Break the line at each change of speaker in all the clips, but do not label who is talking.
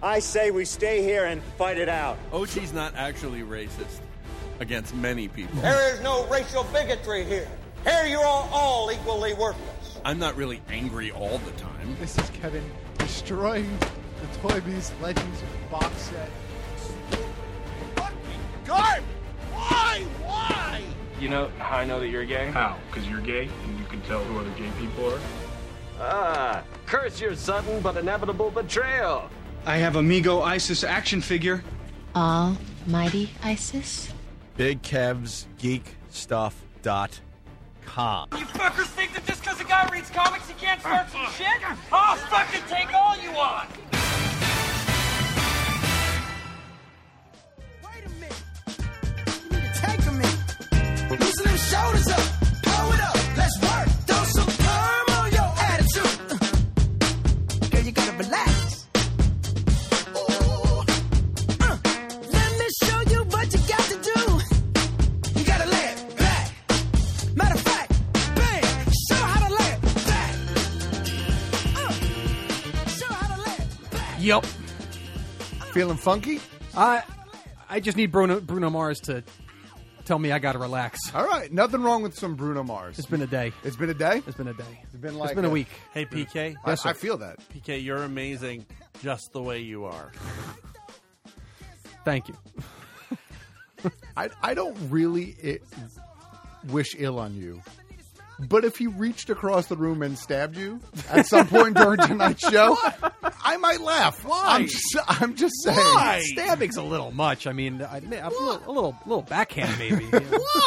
I say we stay here and fight it out.
OG's not actually racist against many people.
There is no racial bigotry here. Here you are all equally worthless.
I'm not really angry all the time.
This is Kevin destroying the Toy Biz Legends box set.
Garb! Why? Why?
You know how I know that you're gay?
How? Because you're gay and you can tell who other gay people are?
Ah, curse your sudden but inevitable betrayal.
I have Amigo Isis action figure.
Almighty Isis?
Big Kev's Geek Stuff dot com.
You fuckers think that just because a guy reads comics he can't start some shit? I'll fucking take all you want!
Wait a minute. You need to take a minute. Loosen them shoulders up. Blow it up. Let's work. Throw some perm on your attitude. Uh, Girl, you gotta relax. Ooh. Uh, Let me show you what you got to do. You gotta lay it back. Matter of fact, bang. Show how to lay it back. Uh, Show how to lay it back.
Yep.
Feeling funky?
I I just need Bruno Bruno Mars to tell me I gotta relax.
All right, nothing wrong with some Bruno Mars.
It's been a day.
It's been a day.
It's been a day.
It's been like
It's been a week.
Hey, PK.
I, I feel that.
PK, you're amazing just the way you are.
Thank you.
I, I don't really it, wish ill on you. But if he reached across the room and stabbed you at some point during tonight's show, I might laugh. Why? I'm just, I'm just saying.
Stabbing's a little much. I mean, I, I'm a little, a little, little backhand maybe.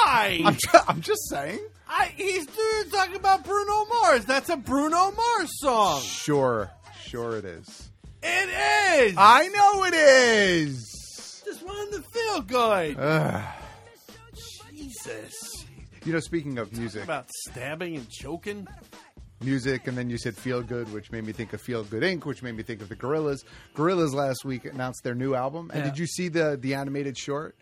I'm, ju- I'm just saying.
I, he's talking about Bruno Mars. That's a Bruno Mars song.
Sure, sure it is.
It is.
I know it is.
just wanted to feel good.
Ugh.
Jesus.
You know, speaking of music,
About stabbing and choking.
music, and then you said Feel Good, which made me think of Feel Good Inc., which made me think of the Gorillas. Gorillas last week announced their new album, and
Yeah.
did you see the the animated short?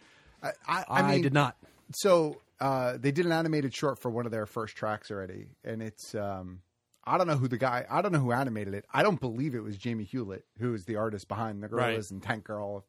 I, I, I,
I
mean,
did not.
So uh, they did an animated short for one of their first tracks already, and it's um, I don't know who the guy, I don't know who animated it. I don't believe it was Jamie Hewlett, who is the artist behind the Gorillas
Right.
and Tank Girl.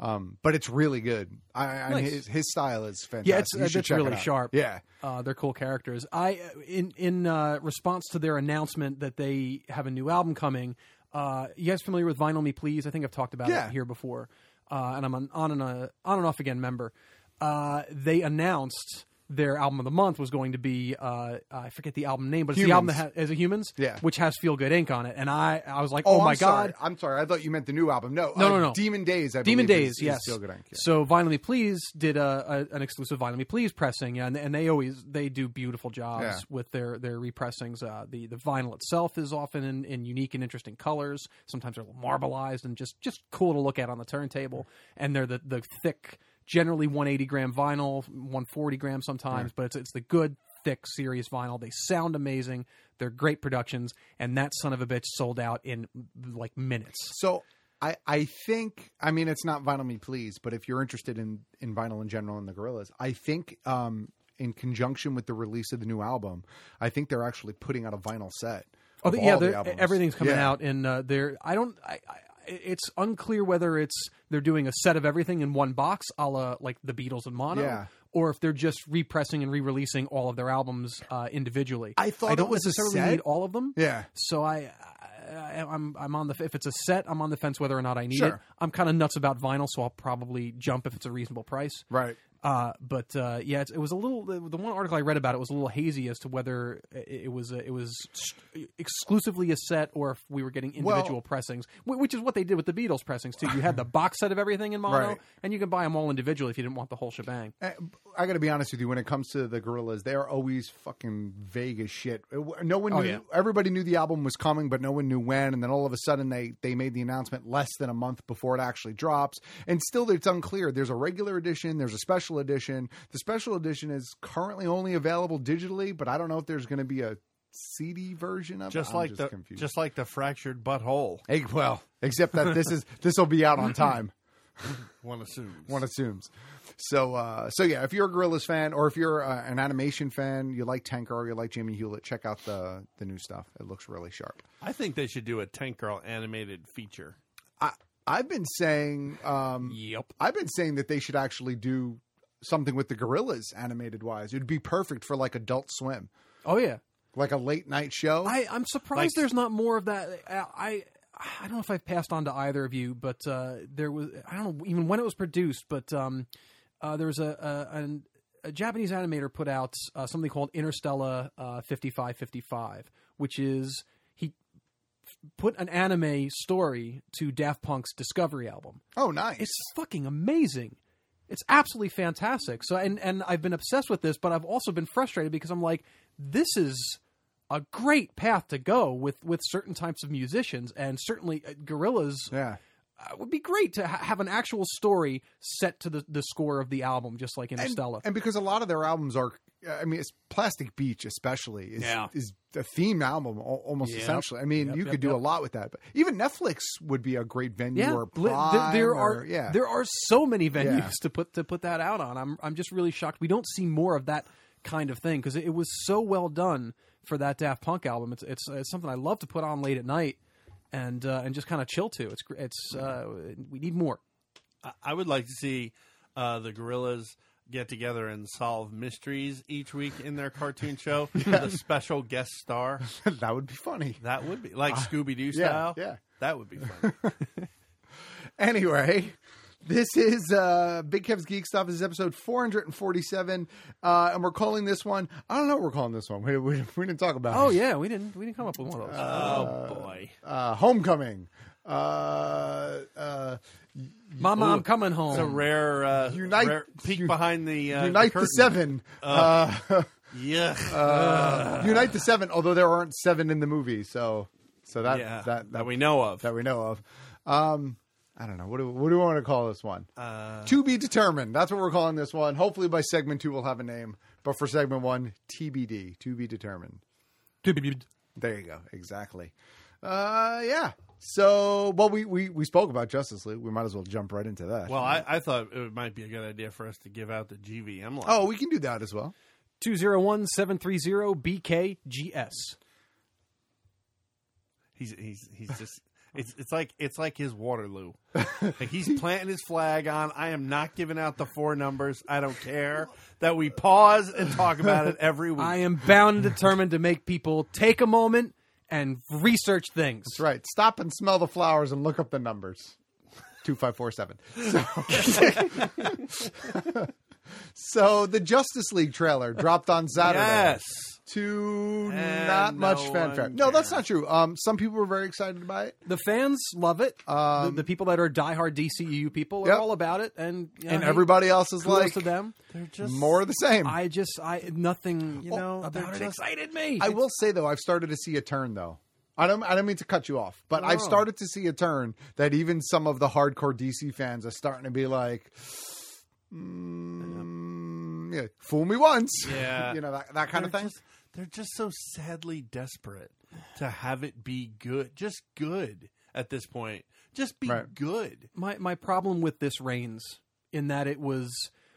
Um, but it's really good. I, I mean,
Nice.
his, his style is fantastic.
Yeah, it's
Uh, You should
it's
check it
really
out.
sharp.
Yeah,
uh, they're cool characters. I in in uh, response to their announcement that they have a new album coming. Uh, you guys familiar with Vinyl Me Please? I think I've talked about
Yeah.
it here before, uh, and I'm an on and a, on and off again member. Uh, they announced their album of the month was going to be uh, I forget the album name, but it's the album that
Humans.
has as a humans,
Yeah.
which has Feel Good Inc. on it, and I I was like,
Oh,
oh, my
I'm
god,
sorry. I'm sorry. I thought you meant the new album. No,
No,
uh,
no, no.
Demon Days. I
Demon
believe,
Days,
is,
yes.
Is still good on Kiss.
So Violently Please did a, a, an exclusive Violently Please pressing, and, and they always they do beautiful jobs
Yeah.
with their their repressings. Uh, the the vinyl itself is often in, in unique and interesting colors. Sometimes they're marbleized and just just cool to look at on the turntable. And they're the the thick, generally 180 gram vinyl, 140 gram sometimes, but it's it's the good. Thick, serious vinyl. They sound amazing. They're great productions, and that son of a bitch sold out in like minutes.
So I I think I mean it's not Vinyl Me Please, but if you're interested in in vinyl in general and the Gorillas, I think um in conjunction with the release of the new album, I think they're actually putting out a vinyl set.
Oh,
of
the-
all
yeah,
the
they're-
albums.
everything's coming
Yeah.
out, and uh, they're. I don't. I, I, it's unclear whether it's they're doing a set of everything in one box, a la like the Beatles and Mono,
Yeah.
or if they're just repressing and re-releasing all of their albums uh, individually.
I thought
I
it
don't
was a
necessarily
set.
need all of them.
Yeah.
So I, I, I'm I'm on the if it's a set, I'm on the fence whether or not I need it.
Sure.
I'm kind of nuts about vinyl, so I'll probably jump if it's a reasonable price.
Right.
Uh, but uh, yeah, it's, it was a little. The the one article I read about it was a little hazy as to whether it, it was a, it was st- exclusively a set or if we were getting
Well-
individual pressings, wh- which is what they did with the Beatles pressings too. You had the box set of everything in mono,
Right.
and you can buy them all individually if you didn't want the whole shebang.
I got to be honest with you. When it comes to the Gorillas, they are always fucking vague as shit. No one knew.
Oh, yeah.
Everybody knew the album was coming, but no one knew when. And then all of a sudden, they they made the announcement less than a month before it actually drops. And still, it's unclear. There's a regular edition. There's a special edition. The special edition is currently only available digitally, but I don't know if there's going to be a CD version of it.
Just
I'm
like the
confused.
just like the fractured butthole.
Hey, well, except that this is this will be out on time.
One assumes.
one assumes. So, uh, so yeah, if you're a Gorillas fan or if you're uh, an animation fan, you like Tank Girl, you like Jamie Hewlett, check out the the new stuff. It looks really sharp.
I think they should do a Tank Girl animated feature.
I I've been saying, um,
yep,
I've been saying that they should actually do something with the Gorillas animated wise. It'd be perfect for like Adult Swim.
Oh yeah,
like a late night show.
I, I'm surprised there's not more of that. I, I I don't know if I've passed on to either of you, but uh, there was I don't know even when it was produced, but um, uh, there was a a, an, a Japanese animator put out uh, something called Interstellar uh, 5555, which is he put an anime story to Daft Punk's Discovery album.
Oh, nice!
It's fucking amazing. It's absolutely fantastic. So, and and I've been obsessed with this, but I've also been frustrated because I'm like, this is a great path to go with with certain types of musicians, and certainly uh, Gorillas.
Yeah.
Uh, would be great to ha- have an actual story set to the, the score of the album, just like Interstellar.
And because a lot of their albums are, I mean, it's Plastic Beach especially is
Yeah.
is a theme album al- almost
Yep.
essentially. I mean,
Yep,
you
yep,
could do
yep.
a lot with that. But even Netflix would be a great venue
yeah,
or
Li-
Prime
there, there
or-
are
yeah.
there are so many venues
Yeah.
to put to put that out on. I'm I'm just really shocked we don't see more of that kind of thing because it, it was so well done for that Daft Punk album. It's it's, it's something I love to put on late at night and uh, and just kind of chill to. It's gr- it's uh, we need more.
I- I would like to see uh, the gorillas get together and solve mysteries each week in their cartoon show with a special guest star.
that would be funny.
That would be like
Uh,
Scooby Doo
yeah,
style.
yeah.
that would be fun.
anyway, this is uh, Big Kev's Geek Stuff. This is episode 447. Uh, and we're calling this one, I don't know what we're calling this one. We, we, we didn't talk about
Oh
it.
yeah, we didn't we didn't come up with one of those.
Uh,
boy.
Uh, homecoming. Uh, uh,
Mama, I'm coming home.
It's a rare uh,
Unite-
rare peek behind the uh,
Unite the
curtain.
Seven.
Uh,
Uh,
yeah.
uh, Unite the Seven, although there aren't seven in the movie, so so that
Yeah,
that, that
we know of.
That we know of. Um I don't know. What do what do we want to call this one?
Uh,
to be determined. That's what we're calling this one. Hopefully by segment two we'll have a name. But for segment one, TBD, to be determined.
To be
There you go. Exactly. Uh yeah. So well we, we we spoke about Justice League. We might as well jump right into that.
well, I, I thought it might be a good idea for us to give out the GVM line.
Oh, we can do that as well.
two zero one seven three zero BKGS.
He's he's he's just it's it's like it's like his Waterloo. Like he's planting his flag on. I am not giving out the four numbers. I don't care that we pause and talk about it every week.
I am bound and determined to make people take a moment and research things. That's
right. Stop and smell the flowers and look up the numbers. Two five four seven. So, so the Justice League trailer dropped on Saturday.
Yes.
To
And
not
no
much fanfare.
one
No, that's not true. Um, some people were very excited about it.
The fans love it. Um, the, the people that are diehard DCU people are
Yep.
all about it, and you know,
And
hey,
everybody else is
kudos
like,
to them.
They're
more of the same.
I just, I nothing, you know,
they're
about it
just-
excited me.
I will say though, I've started to see a turn though. I don't. I don't mean to cut you off, but
Oh.
I've
No.
started to see a turn that even some of the hardcore DC fans are starting to be like, mm, yeah, "Fool me once."
Yeah.
you know that, that kind of
They're
thing.
just- they're just so sadly desperate to have it be good, just good at this point. Just be
Right.
good.
My my problem with this reigns in that it was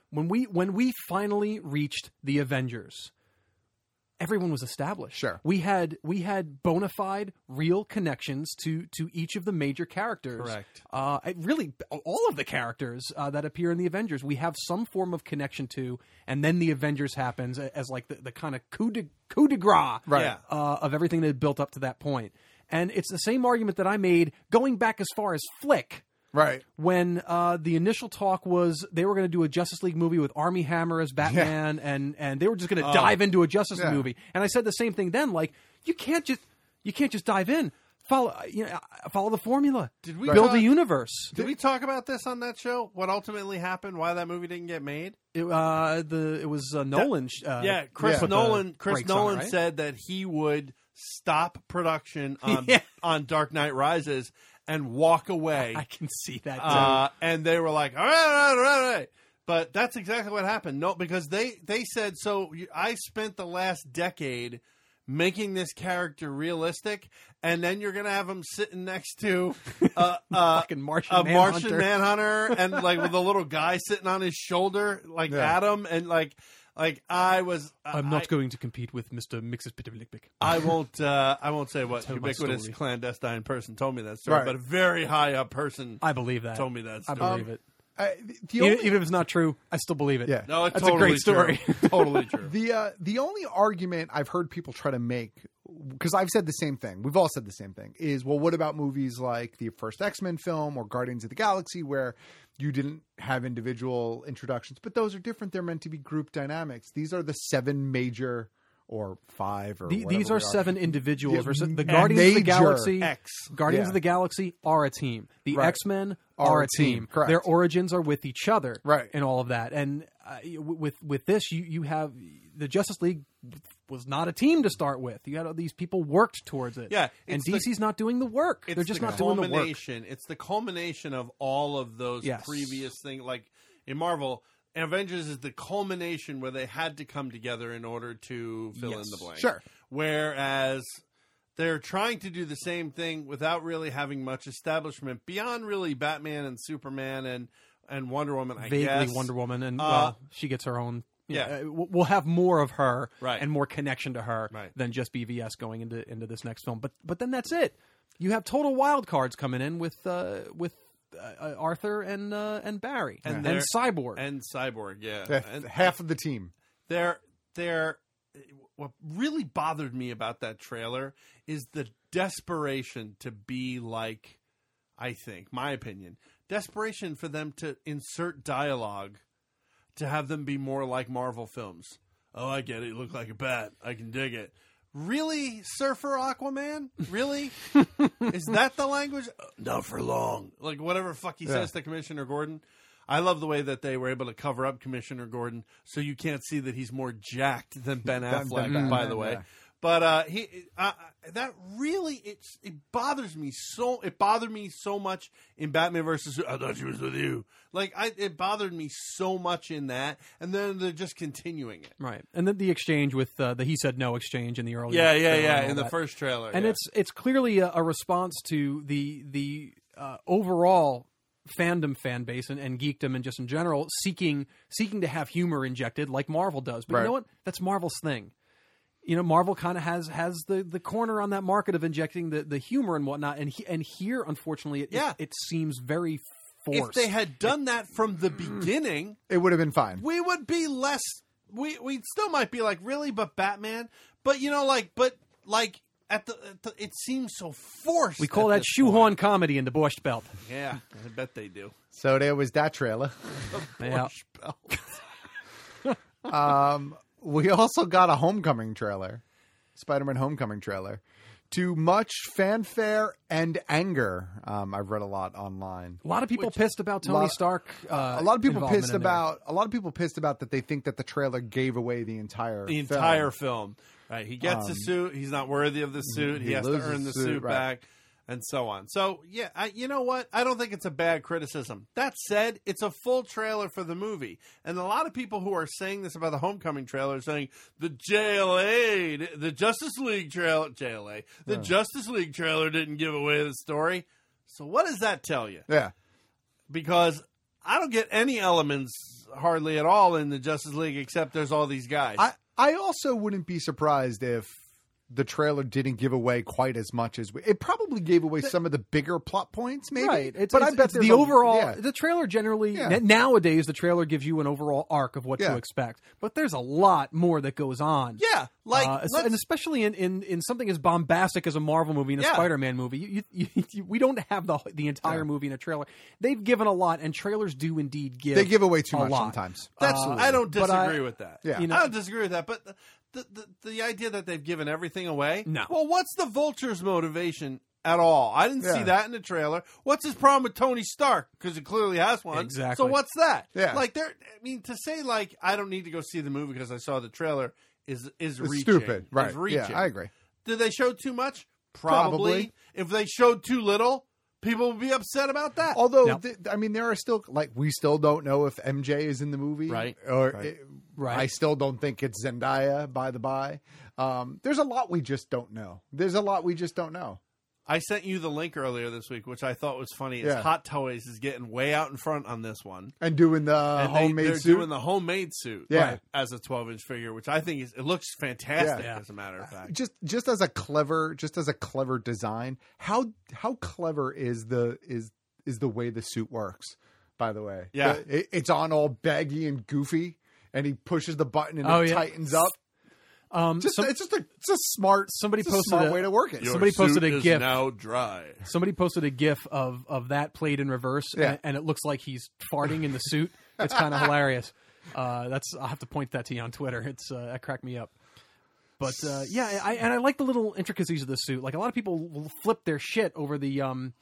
when we when we finally reached the Avengers, everyone was established. Sure, we had we had bona fide real connections to to each of the major characters.
Correct.
Uh, it really, all of the characters uh, that appear in the Avengers, we have some form of connection to, and then the Avengers happens a- as like the, the kind of coup de coup de grace
Right. Yeah.
uh, of everything that had built up to that point. And it's the same argument that I made going back as far as Flick.
Right.
When uh, the initial talk was they were going to do a Justice League movie with Army Hammer as Batman, and and they were just going to
Oh.
dive into a Justice
Yeah.
League movie, and I said the same thing then. Like you can't just you can't just dive in. Follow you know uh, follow the formula. Did
we
build
talk-
the universe?
Did we talk about this on that show? What ultimately happened? Why that movie didn't get made?
It, uh, the it was uh, Nolan. sh- Uh,
yeah, Chris
put the
Nolan. Chris
brakes on it,
Nolan
right?
said that he would stop production on
Yeah.
on Dark Knight Rises and walk away. I
can see that.
Uh, and they were like, all right, all right, all right, all right. But that's exactly what happened. No, because they they said so. you- I spent the last decade making this character realistic, and then you're gonna have him sitting next to uh, uh,
Fucking Martian
a
Manhunter.
Martian Manhunter, and like with a little guy sitting on his shoulder, like
Yeah.
Adam, and like like I was.
I'm
I-
not going to compete with Mister Mixes Bitterlickbick.
I won't. Uh, I won't say what
Tell my
ubiquitous
story.
clandestine person told me that story,
Right.
but a very high up person.
I believe that.
told me that.
I
Story.
believe it.
I, Uh, the
even,
only-
even if it's not true, I still believe it.
Yeah.
No, it's
that's
totally
a great story.
True. totally true.
The uh, the only argument I've heard people try to make because I've said the same thing. We've all said the same thing. Is well, what about movies like the first X Men film or Guardians of the Galaxy, where you didn't have individual introductions? But those are different. They're meant to be group dynamics. These are the seven major or five or
The-
whatever
these
they
are seven individuals.
Yeah,
versus the
and
Guardians of the
major
Galaxy.
X.
Guardians
Yeah.
of the Galaxy are a team. The
Right.
X Men
Are
are
a
a team.
team, correct.
Their origins are with each other.
Right.
And all of that. And uh, y- w- with with this, you you have the Justice League was not a team to start with. You had all these people worked towards it.
Yeah,
And
it's the-
DC's not doing the work. They're just not doing the work.
culmination. It's the culmination of all of those
Yes.
previous things. Like in Marvel, Avengers is the culmination where they had to come together in order to fill
Yes.
in the blank.
Sure.
Whereas they're trying to do the same thing without really having much establishment beyond really Batman and Superman and and Wonder Woman. I
Vaguely
guess.
Wonder Woman, and
Uh,
well, she gets her own.
yeah.
uh, we'll we'll have more of her
Right.
and more connection to her than just BVS going into into this next film. But but then that's it. You have total wild cards coming in with uh, with uh, uh, Arthur and uh, and Barry
and,
and,
they're-
Cyborg.
and Cyborg. Yeah,
Half-
and,
half of the team.
they're they're what really bothered me about that trailer is the desperation to be like I think my opinion desperation for them to insert dialogue to have them be more like Marvel films. Oh, I get it. You look like a bat. I can dig it. Really, Surfer Aquaman? Really? Is that the language? Uh, Not for long. Like whatever fuck he
Yeah.
says to Commissioner Gordon. I love the way that they were able to cover up Commissioner Gordon, so you can't see that he's more jacked than Ben
Than- than
Affleck.
Batman,
by the way,
yeah.
but uh, he uh, that really it it bothers me so it bothered me so much in Batman versus I thought she was with you like I it bothered me so much in that and then they're just continuing it
Right, and then the exchange with uh, the he said no exchange in the early
Yeah, yeah,
trailer
yeah,
and all
in the
that.
first trailer,
and
Oh, yeah.
it's it's clearly a, a response to the the uh, overall fandom fan base and, and geekdom and just in general seeking seeking to have humor injected like Marvel does. But you
Right.
know what? That's Marvel's thing. You know, Marvel kind of has has the, the corner on that market of injecting the, the humor and whatnot, and he, and here, unfortunately, it, yeah. it, seems very forced.
if they had done that from the beginning
It would have been fine.
we would be less we we still might be like really but Batman but you know like but like at the, at the it seems so forced
we call
at
that shoehorn comedy in the Borscht Belt.
this- yeah I bet they do
So there was that trailer.
Yeah.
um, we also got a homecoming trailer, Spider Man Homecoming trailer, to much fanfare and anger. Um, I've read a lot online.
A lot of people pissed about Tony
lot-
Stark. Uh,
a lot of people
involvement
pissed
in there.
about a lot of people pissed about that they think that the trailer gave away the entire
the
film.
entire film. Right, he gets the
Um,
suit. He's not worthy of the suit. He,
he
has to
loses
earn the
the suit,
suit,
right.
back, and so on. So yeah, I, you know what? I don't think it's a bad criticism. That said, it's a full trailer for the movie, and a lot of people who are saying this about the Homecoming trailer are saying the JLA, the Justice League trailer, JLA, the
Yeah.
Justice League trailer didn't give away the story. So what does that tell you?
Yeah,
Because I don't get any elements hardly at all in the Justice League except there's all these guys.
I I also wouldn't be surprised if the trailer didn't give away quite as much as we, it probably gave away some of the bigger plot points, maybe.
Right. It's,
but
it's-
I bet
it's
there's
the
a-
overall
yeah.
the trailer generally
Yeah.
na- nowadays the trailer gives you an overall arc of what
Yeah.
to expect, but there's a lot more that goes on.
Yeah, like,
Uh, es-
let's-
and especially in, in in something as bombastic as a Marvel movie and a
Yeah.
Spider-Man movie, you, you, you, we don't have the the entire movie in a trailer. They've given a lot, and trailers do indeed give
They give away too
a
much
lot.
sometimes.
Uh,
That's I don't
but
disagree
I-
with that.
you know-
I don't disagree with that. But the, the, the the idea that they've given everything away.
No.
Well, what's the vulture's motivation at all? I didn't see
Yeah.
that in the trailer. What's his problem with Tony Stark? Because he clearly has one.
Exactly.
So what's that?
Yeah.
Like there. I mean, to say like I don't need to go see the movie because I saw the trailer is
It's
is reaching.
stupid. Right.
Is
Yeah,
reaching.
I agree.
Did they show too much?
Probably.
Probably. If they showed too little, people would be upset about that.
Although, th- I mean, there are still like we still don't know if MJ is in the movie,
Right.
Or
Right.
it-
Right.
I still don't think it's Zendaya. By the by, um, there's a lot we just don't know. There's a lot we just don't know.
I sent you the link earlier this week, which I thought was funny. Is
Yeah.
Hot Toys is getting way out in front on this one.
And doing the
And they,
homemade
they're
suit.
doing the homemade suit,
Yeah.
right, as a twelve-inch figure, which I think is it looks fantastic.
Yeah.
As a matter of fact,
just just as a clever just as a clever design how how clever is the is is the way the suit works by the way
Yeah.
The- it, it's on all baggy and goofy and he pushes the button and
Oh,
it
yeah.
tightens up
Um,
just
some-
it's just a it's a smart
somebody
it's a
posted
smart
a-
way to work it
Your Somebody posted suit a is GIF. now
dry.
Somebody posted a GIF of of that played in reverse,
Yeah.
and, and it looks like he's farting in the suit. It's kind of hilarious. Uh, that's I'll have to point that to you on Twitter. It's uh, that cracked me up. But uh, yeah, I, and I like the little intricacies of the suit. Like a lot of people will flip their shit over the um,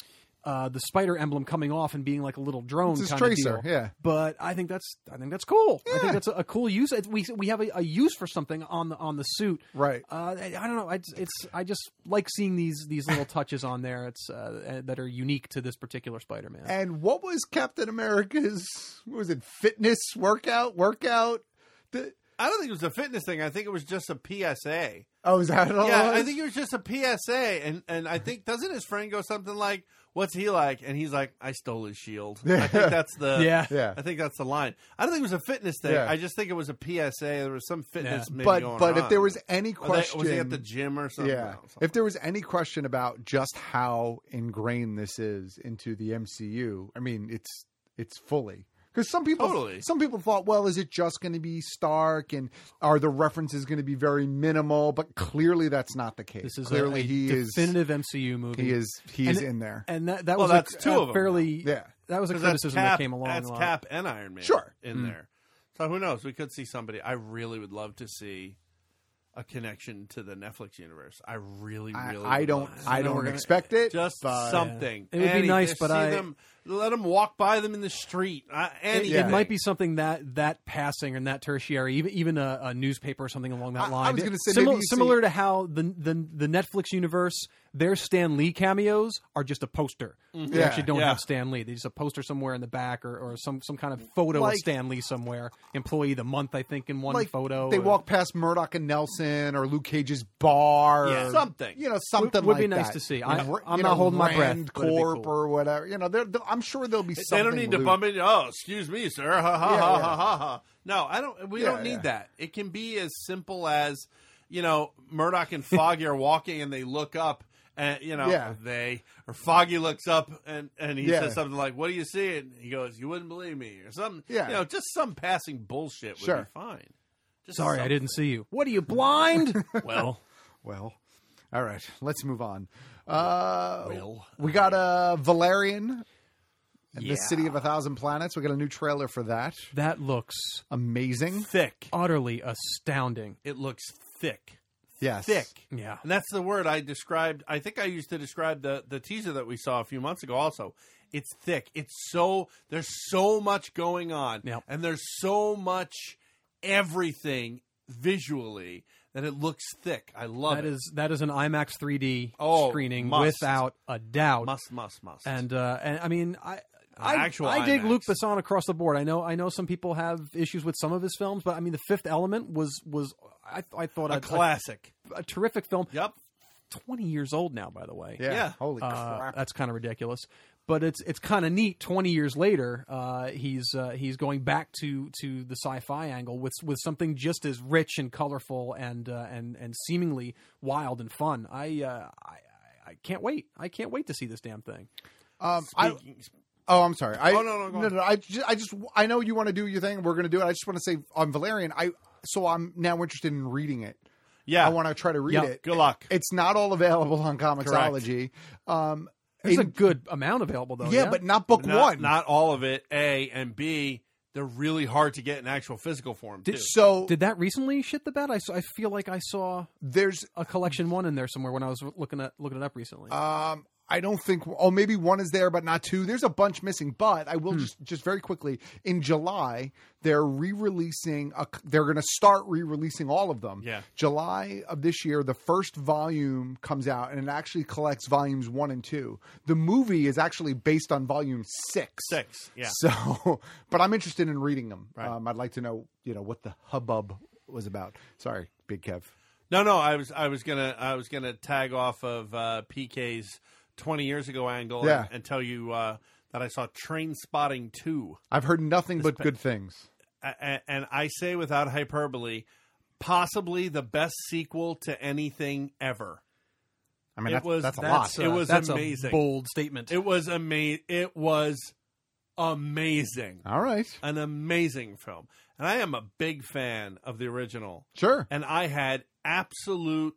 uh, the spider emblem coming off and being like a little drone
It's his
kinda
tracer,
deal.
yeah.
But I think that's I think that's cool. I think that's a, a cool use. It- We we have a, a use for something on the on the suit,
right?
Uh, I, I don't know. I, it's I just like seeing these these little touches on there. It's uh, and- that are unique to this particular Spider Man.
and what was captain america's what was it fitness workout workout the,
I don't think it was a fitness thing. I think it was just a PSA.
oh is that all it
yeah, I
was?
think it was just a PSA, and and I think doesn't his friend go something like, "What's he like?" And he's like, "I stole his shield." I think that's the
Yeah. Yeah.
I think that's the line. I don't think it was a fitness thing.
Yeah.
I just think it was a PSA. There was some fitness.
Yeah.
Maybe
But-
going
but if
on.
there was any
Or they- was he
question-
at the gym or something?
Yeah. If there was any question about just how ingrained this is into the MCU, I mean, it's it's fully because some people
Totally.
some people thought, well, is it just going to be Stark and are the references going to be very minimal? But clearly, that's not the case.
This is
clearly
a, a
he is
definitive MCU movie.
he is he
And
is
it-
in there.
and that that
Well,
was
that's
a,
two
a
of 'em
fairly
now. Yeah.
That was a
'Cause that's
criticism
Cap-
that came along.
That's
a lot.
Cap and Iron Man.
Sure.
in
Mm.
there. So who knows? We could see somebody. I really would love to see a connection to the Netflix universe. I really, really.
I-
would
I don't-
love to.
I
know
don't
we're gonna-
expect it,
Just
but-
something.
It would be
Anything.
nice,
Just
but
see
I-
them, let them walk by them in the street. Uh,
It,
anything.
it might be something that that passing and that tertiary, even even a, a newspaper or something along that
I- I
line.
was gonna say,
similar,
maybe you see-
similar to how the, the the Netflix universe, their Stan Lee cameos are just a poster.
Mm-hmm.
Mhm.
They
Yeah,
actually don't
yeah.
have Stan Lee. They just a poster somewhere in the back or, or some some kind of photo
Like-
of Stan Lee somewhere. Employee of the month, I think, in one
Like,
photo.
They
or-
walk past Murdoch and Nelson or Luke Cage's bar,
Yeah.
or,
Something.
you know, something
Would- would be
like
nice
that.
to see.
You
I-
know,
I'm
you
not
know,
holding my breath,
Rand
but it'd be
Corp
cool.
or whatever. You know, there- there- I'm sure there'll be.
They
something
don't need to
loose.
bump in. Oh, excuse me, sir. Ha ha
Yeah,
ha
yeah.
ha ha ha. No, I don't. We
Yeah,
don't need
yeah.
that. It can be as simple as you know Murdoch and Foggy are walking and they look up. And you know
Yeah.
they or Foggy looks up and, and he
Yeah.
says something like, "What do you see?" And he goes, "You wouldn't believe me," or something.
Yeah.
you know, just some passing bullshit would be
Sure.
fine. Just
Sorry, I
something.
didn't see you. What are you blind? well,
Well, all right, let's move on. Uh, We got a Valerian, and the
Yeah.
City of a Thousand Planets. We got a new trailer for that.
that looks
amazing,
thick,
utterly astounding.
It looks thick.
Yes.
Thick.
Yeah.
And that's the word I described. I think I used to describe the, the teaser that we saw a few months ago also. It's thick. It's so, there's so much going on. And there's so much everything visually that it looks thick. I love
That
it.
is that is an IMAX 3D
Oh,
screening
must.
without a doubt.
Must, must, must.
And uh, and I mean I. I,
actual
I dig
IMAX.
Luke Besson across the board. I know I know some people have issues with some of his films, but I mean The Fifth Element was was I, I thought
A classic.
a, terrific film.
Yep.
20 years old now, by the way.
Yeah. Yeah. Holy
Uh,
crap.
That's kind of ridiculous. But it's it's kind of neat. Twenty years later, uh, he's uh, he's going back to, to the sci-fi angle with with something just as rich and colorful and uh, and and seemingly wild and fun. I, uh, I I- I can't wait. I can't wait to see this damn thing.
Um, I- oh, I'm sorry. I,
Oh, no, no, go
no,
on.
no. I just, I just, I know you want to do your thing. and We're going to do it. I just want to say on Valerian. I so I'm now interested in reading it.
Yeah.
I want to try to read
Yeah.
it.
Good luck.
It's not all available on Comixology. Um,
There's a
in-
good amount available though.
Yeah, but not book
Not-
one.
Not all of it. A and B. They're really hard to get in actual physical form. Too.
Did, did that recently shit the bed? I, saw, I feel like I saw
there's
a collection one in there somewhere when I was looking at looking it up recently.
Um, I don't think. Oh, maybe one is there, but not two. There's a bunch missing. But I will
Hmm.
just just very quickly in July they're re-releasing. A, they're going to start re-releasing all of them.
Yeah.
July of this year, the first volume comes out, and it actually collects volumes one and two. The movie is actually based on volume six.
Six, yeah.
So, but I'm interested in reading them. Um, I'd like to know, you know, what the hubbub was about. Sorry, Big Kev.
No, no, I was I was gonna I was gonna tag off of uh, PK's twenty years ago angle
Yeah.
and, and tell you uh, that I saw Train Spotting two,
I've heard nothing but good things.
and, and I say without hyperbole, possibly the best sequel to anything ever.
I mean,
it
that's-
was
that's a lot.
It was
That's a
amazing.
bold statement.
It was amazing. It was amazing.
All right.
an amazing film. And I am a big fan of the original.
Sure.
And I had absolute,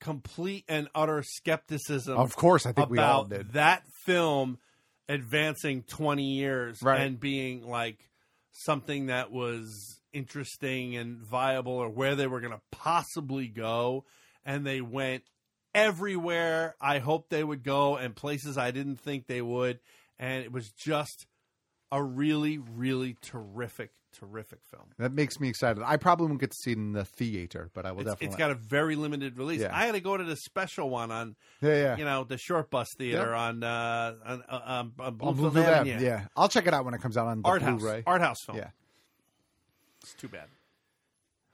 complete, and utter skepticism.
Of course, I think
about
we all did.
That film advancing 20 years
Right.
and being like something that was interesting and viable or where they were going to possibly go. And they went everywhere I hoped they would go and places I didn't think they would. And it was just a really, really terrific, terrific film.
That makes me excited. I probably won't get to see it in the theater, but I will
It's,
definitely.
it's got a very limited release.
Yeah.
I had to go to the special one on,
Yeah, yeah.
you know, the short bus theater
Yeah.
on uh, on, uh, um, on
on
Bloomfield
Blu-ray,
Avenue.
Yeah, I'll check it out when it comes out on the
art house,
Blu-ray.
art house film.
Yeah.
It's too bad.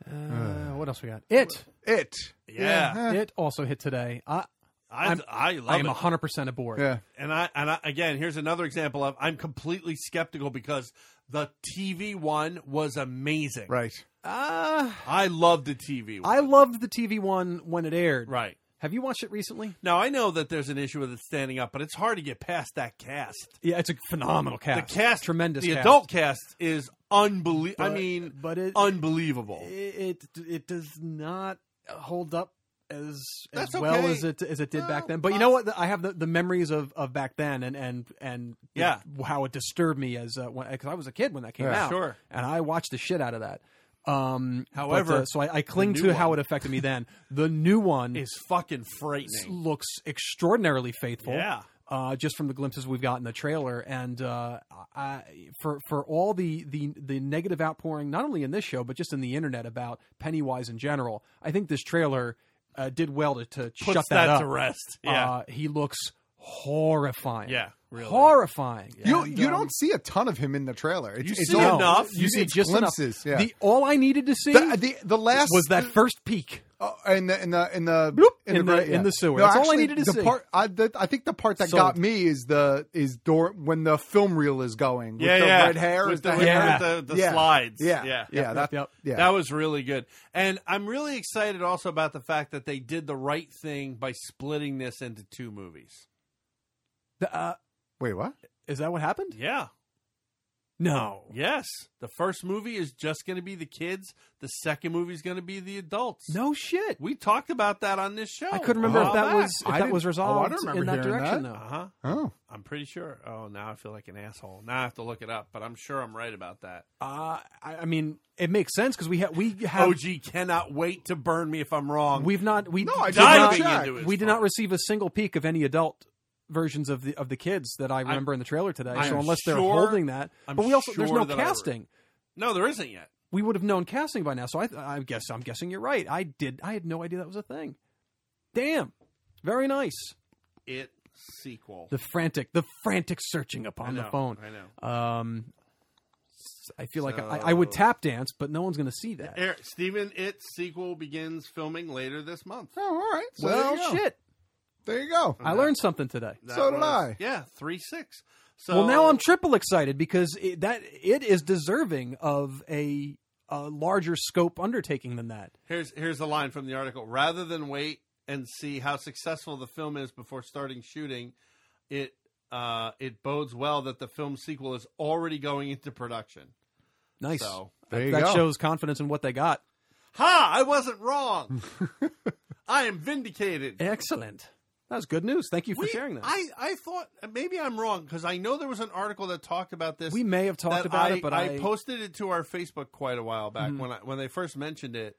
Uh, what else we got? It.
It. Eh.
Yeah.
It also hit today. I
I-
I'm,
I love
I'm
it.
100% aboard.
And I and I, again, here's another example of I'm completely skeptical because the TV one was amazing.
Right.
Uh,
I loved the TV one.
I loved the TV one when it aired.
Right.
Have you watched it recently?
Now I know that there's an issue with it standing up, but it's hard to get past that cast.
Yeah, it's a phenomenal cast.
The cast,
Tremendous
The
cast.
adult cast is unbelievable. I
But-
mean,
but it-
unbelievable.
It it, it does not hold up as as
That's
well
okay.
as it as it did back then. But you know what? I have the, the memories of, of back then and and and
Yeah.
how it disturbed me as uh, because I was a kid when that came
Yeah.
out.
Sure.
and I watched the shit out of that. Um, but,
However,
uh, so I, I cling
the
to
new
how
one-
it affected me then. The new one
is fucking frightening.
looks extraordinarily faithful.
Yeah.
Uh, just from the glimpses we've got in the trailer, and uh, I, for for all the, the the negative outpouring, not only in this show but just in the internet about Pennywise in general, I think this trailer uh, did well to, to shut that,
that
up.
to rest. Yeah.
uh, he looks horrifying.
Yeah, really.
horrifying.
You
And,
you
um,
don't see a ton of him in the trailer. It's,
You
it's
see
all-
enough.
You,
You
see
see
just enough.
glimpses. Yeah.
The all I needed to see
The- the- the last-
was that first peak.
Oh, in the in the in the in,
in the-
gra- yeah.
in the sewer.
No,
That's all I
actually,
needed to
the
see.
Part, I, the, I think the part that
Sold.
got me is the is door when the film reel is going. With
yeah,
the
yeah.
red hair
with
is
the,
the
with
hair.
the, the
Yeah.
slides.
Yeah,
yeah,
yeah. that, yeah.
That was really good, and I'm really excited also about the fact that they did the right thing by splitting this into two movies.
The, uh,
Wait, what?
is that what happened?
Yeah.
No.
Yes. The first movie is just going to be the kids. The second movie is going to be the adults.
No shit.
We talked about that on this show.
I couldn't remember
Oh,
if that
back.
was if
I
that
didn't- oh,
was
I
resolved
don't remember
in that
hearing
direction
that.
though.
Uh-huh.
Oh,
I'm pretty sure. Oh, now I feel like an asshole. Now I have to look it up, but I'm sure I'm right about that.
Uh, I, I mean, it makes sense because we have we have
Oh,
OG cannot wait to burn me if I'm wrong.
we've not
I
we did
did not
not,
diving
check.
into it.
we did not receive a single peek of any adult versions of the of the kids that I remember in the trailer today.
I'm
so unless they're
sure-
holding that,
I'm
but we also there's
sure
no
that I re-
casting.
No, there isn't yet.
We would have known casting by now. So I I guess I'm guessing you're right. I did. I had no idea that was a thing. Damn. Very nice.
It sequel.
The frantic, the frantic searching
I
upon the
know,
phone.
I know.
Um, s- I feel like I, I would
So-
tap dance, but no one's going to see that.
Eric, Steven, its sequel begins filming later this month.
oh, all right. So there
well,
you go.
shit.
go.
I learned something today.
That
So did
was-
I.
Yeah, three six. So
well, now I'm triple excited because it, that it is deserving of a, a larger scope undertaking than that.
Here's here's the line from the article. Rather than wait and see how successful the film is before starting shooting, it uh, it bodes well that the film sequel is already going into production.
Nice.
So,
that that shows confidence in what they got.
Ha! I wasn't wrong. I am vindicated.
Excellent. That was good news. Thank you for
We-
sharing that.
I, I thought maybe I'm wrong because I know there was an article that talked about this.
we may have talked
that
about
I-
it, but
I,
I,
posted it to our Facebook quite a while back
Mhm.
when I, when they first mentioned it,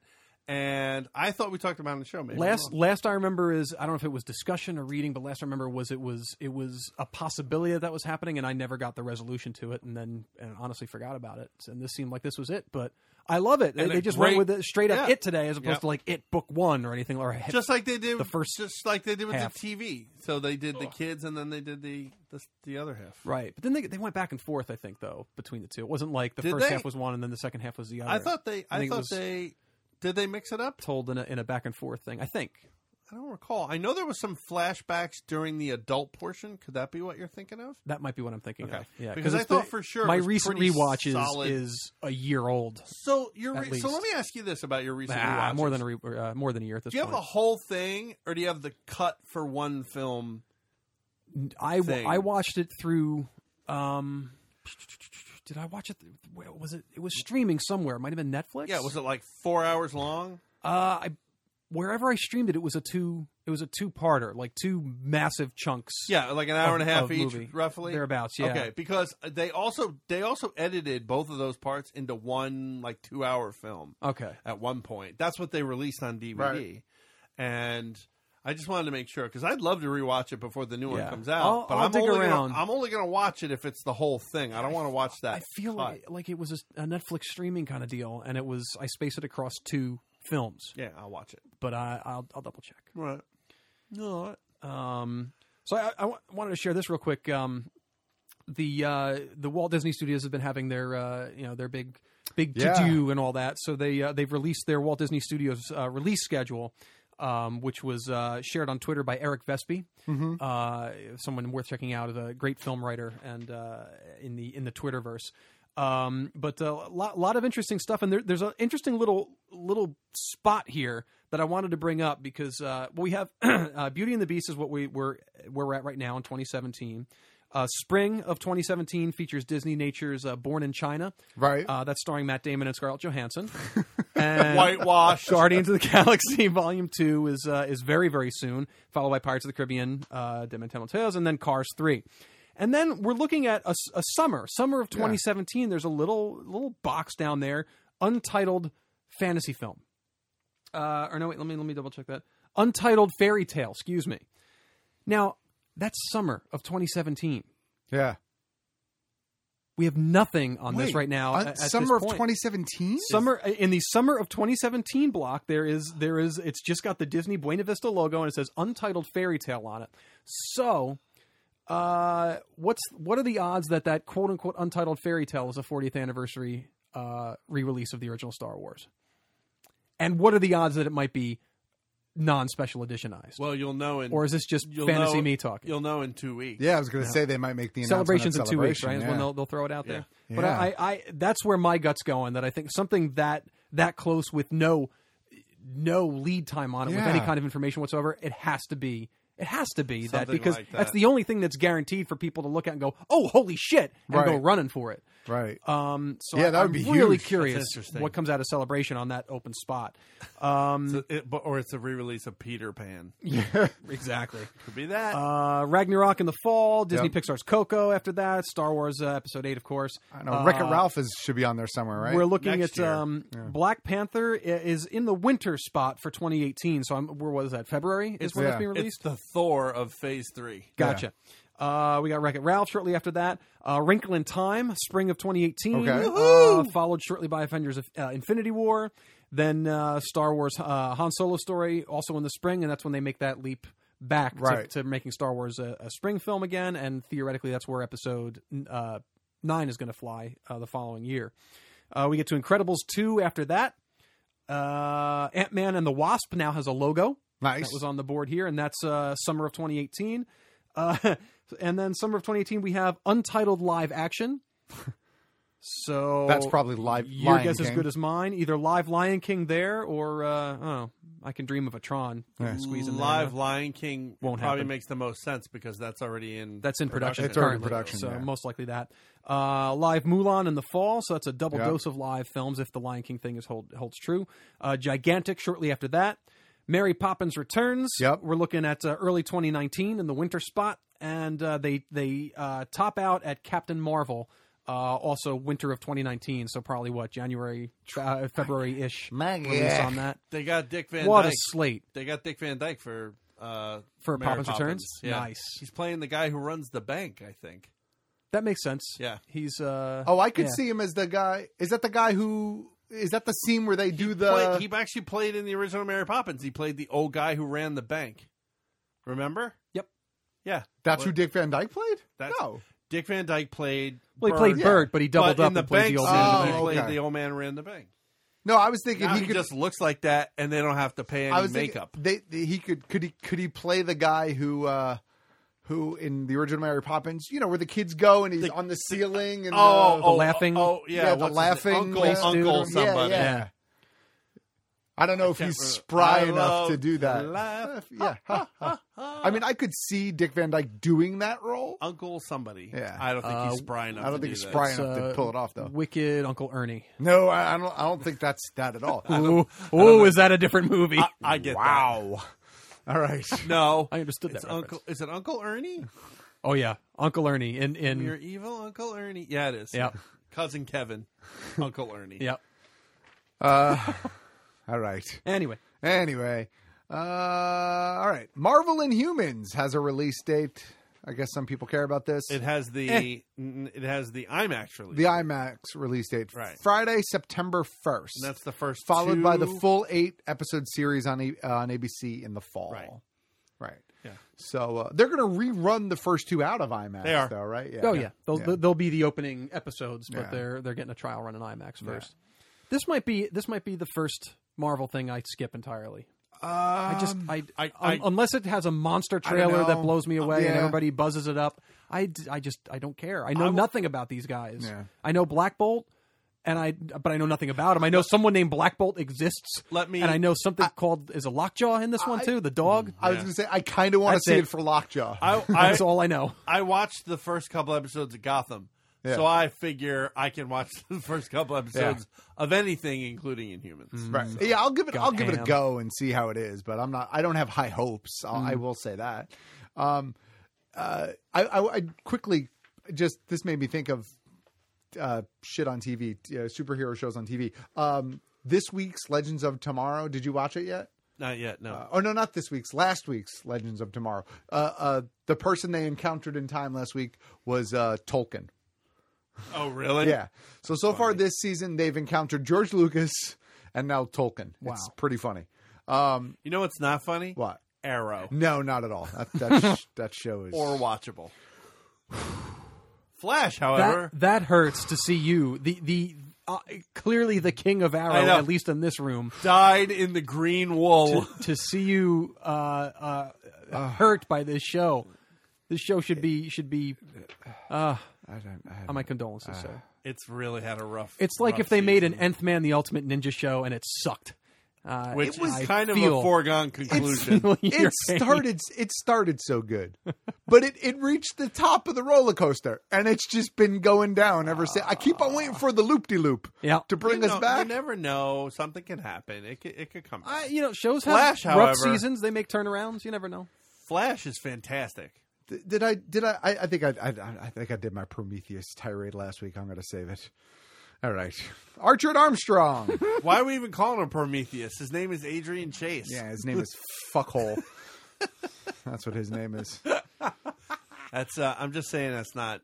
and I thought we talked about it on the show. Maybe I'm
last
wrong.
last I remember is I don't know if it was discussion or reading, but last I remember was it was it was a possibility that that was happening, and I never got the resolution to it, and then and honestly forgot about it. And this seemed like this was it, but I love it. They,
And a
they just
great-
went with it straight up
yeah.
it today, as opposed
Yep.
to like it book one or anything, or
just like they did
the first
just like they did with
half.
the TV. So they did the kids, and then they did the the, the other half.
Right, but then they they went back and forth. I think though between the two, it wasn't like the
Did
first
they?
half was one and then the second half was the other.
I thought they. I,
think it
thought
was
they. Did they mix it up?
told in a in a back and forth thing. I think
I don't recall. I know there was some flashbacks during the adult portion. Could that be what you're thinking of?
that might be what I'm thinking
Okay.
of. Yeah,
Because I
it's
thought for sure it
my
was
recent
pretty
rewatch
solid.
is is a year old.
So you're
At
re- so. Let
least.
me ask you this about your recent
Ah,
rewatches.
more than a re- uh, more than a year at this
Do you have
point.
the whole thing, or do you have the cut for one film?
I w-
thing.
I watched it through. Um, did I watch it? th- Where was it? It was streaming somewhere. It might have been Netflix.
Yeah, was it like four hours long?
Uh, I wherever I streamed it, it was a two. It was a two-parter, like two massive chunks.
Yeah, like an hour and a
of-
half
of
each,
movie.
roughly
thereabouts. Yeah.
Okay, because they also they also edited both of those parts into one like two hour film.
Okay.
At one point, that's what they released on DVD,
Right.
and I just wanted to make sure because I'd love to rewatch it before the new one
Yeah.
comes out.
I'll-
but
I'll
am
dig
only
around.
Gonna, I'm only going to watch it if it's the whole thing. I don't want to watch that.
I feel
cut.
like, like it was a, a Netflix streaming kind of deal, and it was I spaced it across two films.
Yeah, I'll watch it.
But I, I'll I'll double check.
Right. No.
Um, so I, I wa- wanted to share this real quick. Um, the uh, the Walt Disney Studios have been having their uh, you know their big big to do and all that. So they uh, they've released their Walt Disney Studios uh, release schedule, um, which was uh, shared on Twitter by Eric Vespi,
Mhm.
uh, someone worth checking out, a great film writer and uh, in the in the Twitterverse. Um, but a lot, lot of interesting stuff, and there, there's an interesting little little spot here that I wanted to bring up because uh, we have uh, Beauty and the Beast is what we we're where we're at right now in 2017. Uh, spring of 2017 features Disney Nature's uh, Born in China,
right?
Uh, that's starring Matt Damon and Scarlett Johansson. and
Whitewashed.
Guardians of the Galaxy Volume Two is uh, is very very soon, followed by Pirates of the Caribbean, uh, Dim and Tell Tales, and then Cars Three. And then we're looking at a, s- a summer, summer of 2017. There's a little little box down there, untitled fantasy film. Uh, or no, wait, let me let me double check that. Untitled fairy tale. Excuse me. Now that's summer of 2017.
Yeah.
We have nothing on this
Wait,
right now.
uh,
at- at this
summer of
point.
2017.
Summer uh, in the summer of 2017 block, there is there is it's just got the Disney Buena Vista logo and it says Untitled Fairy Tale on it. So, uh, what's what are the odds that that quote unquote Untitled Fairy Tale is a 40th anniversary uh, re-release of the original Star Wars? And what are the odds that it might be non-special editionized?
Well, you'll know in
or is this just
you'll
fantasy
know-
me talking?
You'll know in two weeks.
Yeah, I was going to say they might make the
celebrations in
announcement
two
of
weeks, right?
celebration,
Is when
yeah.
they'll, they'll throw it out there. But
Yeah.
I, I, I, that's where my gut's going. That I think something that that close with no, no lead time on it with any
Yeah.
kind of information whatsoever. It has to be. It has to be that
Something
because
like
that's
that.
the only thing that's guaranteed for people to look at and go, "Oh, holy shit!" and go
Right.
running for it.
Right.
Um, so
Yeah,
I,
that would
am
be
really
huge. That's
curious
interesting.
what comes out of celebration on that open spot. Um,
So it- but- or it's a re-release of Peter Pan.
exactly.
Could be that.
Uh, Ragnarok in the fall. Disney
Yep.
Pixar's Coco. After that, Star Wars uh, Episode Eight, of course.
I know. Wreck-It
Uh,
Ralph is should be on there somewhere, right?
We're looking
Next
at
year.
um, Black Panther i- is in the winter spot for 2018. So I'm, where was that? February is
It's-
when
yeah.
that's being
it's
released.
the Thor of Phase Three.
Gotcha. Uh, we got Wreck It Ralph shortly after that. Uh, Wrinkle in Time, spring of 2018,
Okay.
uh, followed shortly by Avengers of uh, Infinity War, then uh, Star Wars uh, Han Solo story, also in the spring, and that's when they make that leap back to-
Right.
to, making Star Wars a, a spring film again. And theoretically, that's where Episode uh, Nine is going to fly uh, the following year. Uh, we get to Incredibles two after that. Uh, Ant Man and the Wasp now has a logo.
Nice.
That was on the board here, and that's uh, summer of 2018. Uh, and then summer of 2018, we have Untitled Live Action. So
That's probably Live-
Your
Lion
guess is
King.
good as mine. Either Live Lion King there, or uh, oh, I can dream of a Tron. You can Squeeze in there,
Live
huh?
Lion King
Won't
probably
happen.
makes the most sense because that's already in
That's in production.
It's already in
currently,
production,
so
yeah.
most likely that. Uh, live Mulan in the fall, so that's a double
Yep.
dose of live films if the Lion King thing is hold, holds true. Uh, Gigantic shortly after that. Mary Poppins returns. Yep. We're looking at uh, early 2019 in the winter spot, and uh, they they uh, top out at Captain Marvel. Uh, also, winter of 2019, so probably what January, uh, February ish release on that.
They got Dick Van.
What a
Dyke.
slate.
They got Dick Van Dyke for uh,
For
Mary
Poppins Returns?
Yeah.
Nice.
He's playing the guy who runs the bank. I think.
That makes sense.
Yeah.
he's. Uh,
Oh, I could
yeah.
see him as the guy. Is that the guy who? Is that the scene where they do the?
Uh,
Play- he actually played in the original Mary Poppins. He played the old guy who ran the bank. Remember?
Yep.
Yeah.
that's
What-
who Dick Van Dyke played.
That's,
No.
Dick Van Dyke played.
Well, he played Bird, but he doubled up
in the
and played
bank
the old
scene,
man in the
He
bank.
played
Okay.
the old man who ran the bank.
No, I was thinking
Now
he
he
could.
just looks like that, and they don't have to pay
I
any
was thinking
makeup.
They, they- he could could he could he play the guy who uh who in the original Mary Poppins, you know, where the kids go and he's on the ceiling and
oh,
the,
oh,
laughing-
Oh, yeah,
yeah,
what's
the
his name?
laughing
uncle,
place dude.
uncle,
Yeah,
somebody.
yeah. I don't know if
can't
he's
remember.
spry
I
enough
love
to do that.
laugh.
Yeah. I mean, I could see Dick Van Dyke doing that role.
Uncle, somebody.
Yeah.
I don't think
Uh,
he's spry enough.
I don't
to
think
do
he's
that.
spry
It's,
enough
uh,
to pull it off though.
Wicked Uncle Ernie.
No, I, I don't I don't think that's that at all.
Ooh, ooh, is that a different movie?
I, I get
wow. All right.
that. No,
I understood
it's
that reference.
Uncle. Is it Uncle Ernie?
Oh yeah, Uncle Ernie in in
Your evil Uncle Ernie. Yeah, it is.
Yep.
Cousin Kevin, Uncle Ernie.
yep.
Uh, all right.
Anyway,
Anyway, uh, all right. Marvel Inhumans has a release date. I guess some people care about this.
It has the
Eh.
n- it has the IMAX release.
the IMAX release date,
Right.
Friday, September first.
and that's the first
followed by the
two-
full eight episode series on A- uh, on ABC in the fall.
Right.
Right.
Yeah.
So uh, they're going to rerun the first two out of IMAX.
They are.
though, right?
oh yeah, they'll
Yeah.
they'll be the opening episodes, but
Yeah.
they're they're getting a trial run in IMAX first. This might be this might be the first Marvel thing I skip entirely.
Um,
I just I,
I-
un-
I-
unless it has a monster
don't
trailer that
know.
blows me away and
Yeah.
everybody buzzes it up. I, d- I just I don't care. I know nothing about these guys.
Yeah.
I know Black Bolt. And I, but I know nothing about him. I know someone named Black Bolt exists.
Let me-
and I know something called is a lockjaw in this one too. The dog.
I was going to say I kind of want to
That's
see it.
it.
for Lockjaw.
I, I,
That's all I know.
I watched the first couple episodes of Gotham,
Yeah.
so I figure I can watch the first couple episodes of anything, including Inhumans.
Mm-hmm.
Right.
Mm.
Yeah, I'll give it.
Go
I'll give it a
ham.
go and see how it is. But I'm not. I don't have high hopes. I'll,
Mm.
I will say that. Um, uh, I, I, I quickly just this made me think of uh, shit on TV, uh, superhero shows on TV. Um, this week's Legends of Tomorrow. Did you watch it yet?
Not yet. No.
Uh, oh no, not this week's. Last week's Legends of Tomorrow. Uh, uh, the person they encountered in time last week was uh, Tolkien.
oh, really?
Yeah. So so far this season they've encountered George Lucas and now Tolkien. It's
Wow.
pretty funny. Um,
You know what's not funny?
what?
Arrow
No, not at all. That that, sh- that show is
or watchable. Flash, however,
That, that hurts to see you, the the uh, clearly the king of
I
arrow,
know.
at least in this room,
died in the green wool.
to, to see you uh, uh, hurt by this show. This show should be should be. Uh,
I don't, I
uh,
don't
my condolences, sir.
it's really had a rough.
It's like
rough
if they made an
season,
Nth Man, the Ultimate Ninja show, and it sucked. Uh,
which is
I
kind of
feel-
a foregone conclusion.
You're
it started it started so good, but it, it reached the top of the roller coaster, and it's just been going down ever since. I keep on waiting for the loop de loop
Yeah.
to bring
You
us
know,
back.
You never know. Something can happen. It could, it could come. Back.
I, you know, shows have
Flash,
rough
however-
seasons. They make turnarounds. You never know.
Flash is fantastic.
Th- Did I? Did I? I, I think I, I. I think I did my Prometheus tirade last week. I'm going to save it. All right, Archer and Armstrong.
Why are we even calling him Prometheus? His name is Adrian Chase.
yeah, his name is Fuckhole. That's what his name is.
That's. Uh, I'm just saying that's not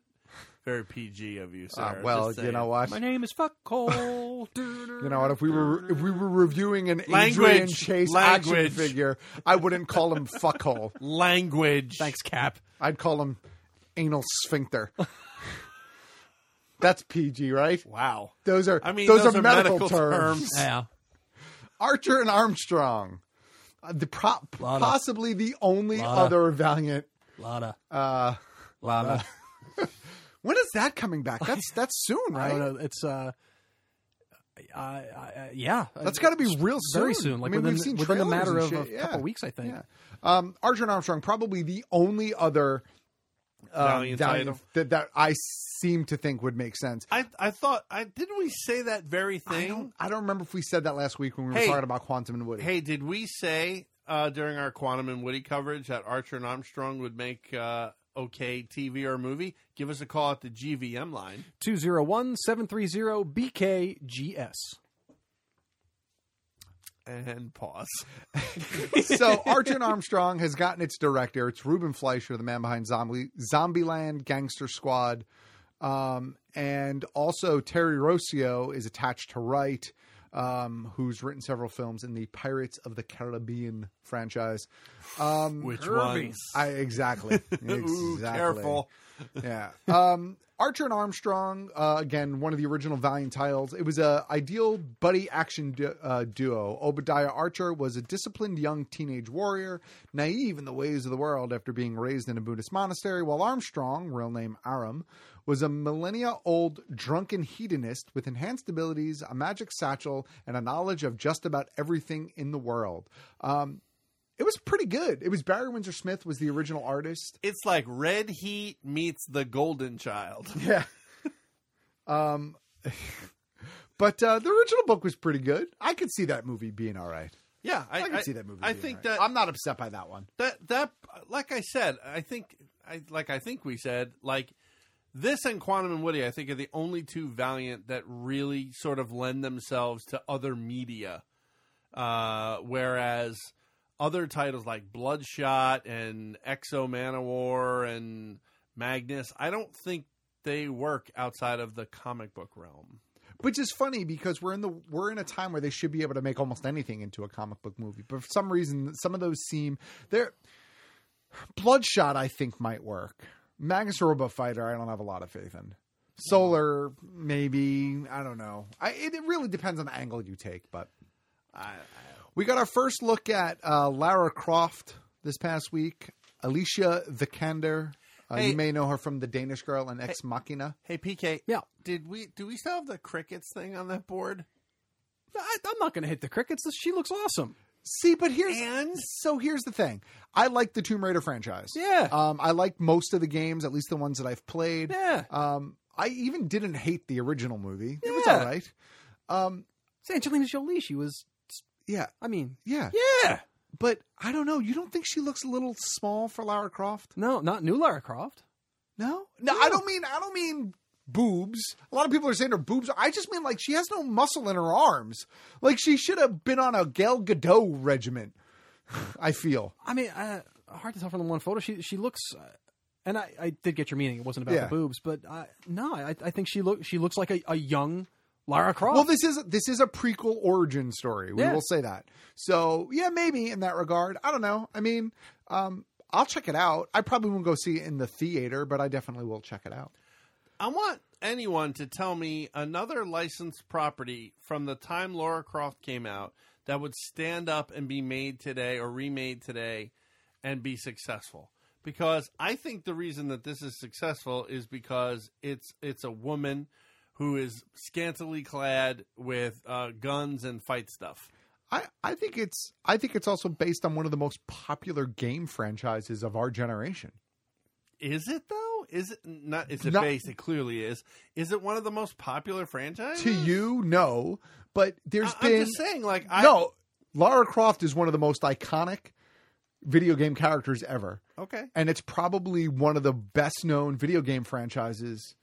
very PG of you,
Uh,
sir.
well, you know what?
My name is Fuck Cole.
You know what? If we were if we were reviewing an Adrian
Language.
Chase
Language.
action figure, I wouldn't call him fuckhole.
Language.
Thanks, Cap.
I'd call him anal sphincter. That's PG, right?
Wow.
Those are Um,
I mean,
those,
those
are,
are
medical,
medical
terms.
terms.
Yeah.
Archer and Armstrong. uh, the pro-
Lotta.
possibly the only
Lotta.
other Valiant.
Lotta.
Uh,
Lotta.
uh, when is that coming back? That's that's soon,
I
right?
don't know. It's uh, I, I, I- yeah.
That's got to be
It's
real soon.
Very soon. Like
I mean,
within,
we've seen
within a
trailers
matter
and
of
shit.
a couple
Yeah.
weeks, I think.
Yeah. Um, Archer and Armstrong, probably the only other um,
Valiant
Valiant
title.
that, that I seem to think would make sense.
I I thought I didn't we say that very
I
thing?
don't, I don't remember if we said that last week when we were
Hey.
talking about Quantum and Woody.
Hey, did we say uh, during our Quantum and Woody coverage that Archer and Armstrong would make uh, okay TV or movie? Give us a call at the GVM line.
201 730 BKGS.
And pause.
so Archer and Armstrong has gotten its director. It's Ruben Fleischer, the man behind Zombie Zombieland, Gangster Squad, um, and also Terry Rossio is attached to write, um, who's written several films in the Pirates of the Caribbean franchise. Um,
Which Kirby. ones?
I exactly. exactly.
Ooh, careful.
Yeah. Um, Archer and Armstrong, uh, again, one of the original Valiant titles. It was a ideal buddy action du- uh, duo. Obadiah Archer was a disciplined young teenage warrior, naive in the ways of the world after being raised in a Buddhist monastery, while Armstrong, real name Aram, was a millennia old drunken hedonist with enhanced abilities, a magic satchel, and a knowledge of just about everything in the world. Um, it was pretty good. It was Barry Windsor Smith was the original artist.
It's like Red Heat meets The Golden Child.
Yeah. um, but uh, the original book was pretty good. I could see that movie being all right.
Yeah, I,
I can see that movie
I
being
think
right.
that
I'm not upset by that one.
that that like I said, I think I like I think we said like this and Quantum and Woody. I think are the only two Valiant that really sort of lend themselves to other media, uh, whereas other titles like Bloodshot and Exo Manowar and Magnus, I don't think they work outside of the comic book realm.
Which is funny because we're in the we're in a time where they should be able to make almost anything into a comic book movie. But for some reason, some of those seem they're Bloodshot. I think might work. Magnus Robo Fighter. I don't have a lot of faith in. Solar, maybe. I don't know. I, it, it really depends on the angle you take, but.
I,
We got our first look at uh, Lara Croft this past week. Alicia Vikander. Uh,
Hey.
You may know her from The Danish Girl and Ex Machina.
Hey PK,
yeah,
did we do we still have the crickets thing on that board?
I, I'm not going to hit the crickets. She looks awesome.
See, but here's so here's the thing. I like the Tomb Raider franchise.
Yeah.
Um, I like most of the games, at least the ones that I've played.
Yeah.
Um, I even didn't hate the original movie. It was all right. Um,
It's Angelina Jolie. She was.
Yeah.
I mean,
yeah.
yeah.
But I don't know. You don't think she looks a little small for Lara Croft?
No, not new Lara Croft.
No, no, I don't mean I don't mean boobs. A lot of people are saying her boobs. I just mean like she has no muscle in her arms. Like she should have been on a Gal Gadot regiment. I feel.
I mean, uh, hard to tell from the one photo. She she looks, uh, and I, I did get your meaning. It wasn't about
Yeah.
the boobs, but uh, no, I, I think she look she looks like a, a young Lara Croft.
Well, this is this is a prequel origin story. We
Yeah.
will say that. So yeah, maybe in that regard. I don't know. I mean, um, I'll check it out. I probably won't go see it in the theater, but I definitely will check it out.
I want anyone to tell me another licensed property from the time Laura Croft came out that would stand up and be made today or remade today and be successful. Because I think the reason that this is successful is because it's it's a woman who is scantily clad with uh, guns and fight stuff.
I, I think it's I think it's also based on one of the most popular game franchises of our generation.
Is it though? Is it not? Is it
Not-
based? It clearly is. Is it one of the most popular franchises?
to you, no. But there's
Mm. I-
been
I'm just saying, like, I,
no. Lara Croft is one of the most iconic video game characters ever,
Okay.
and it's probably one of the best known video game franchises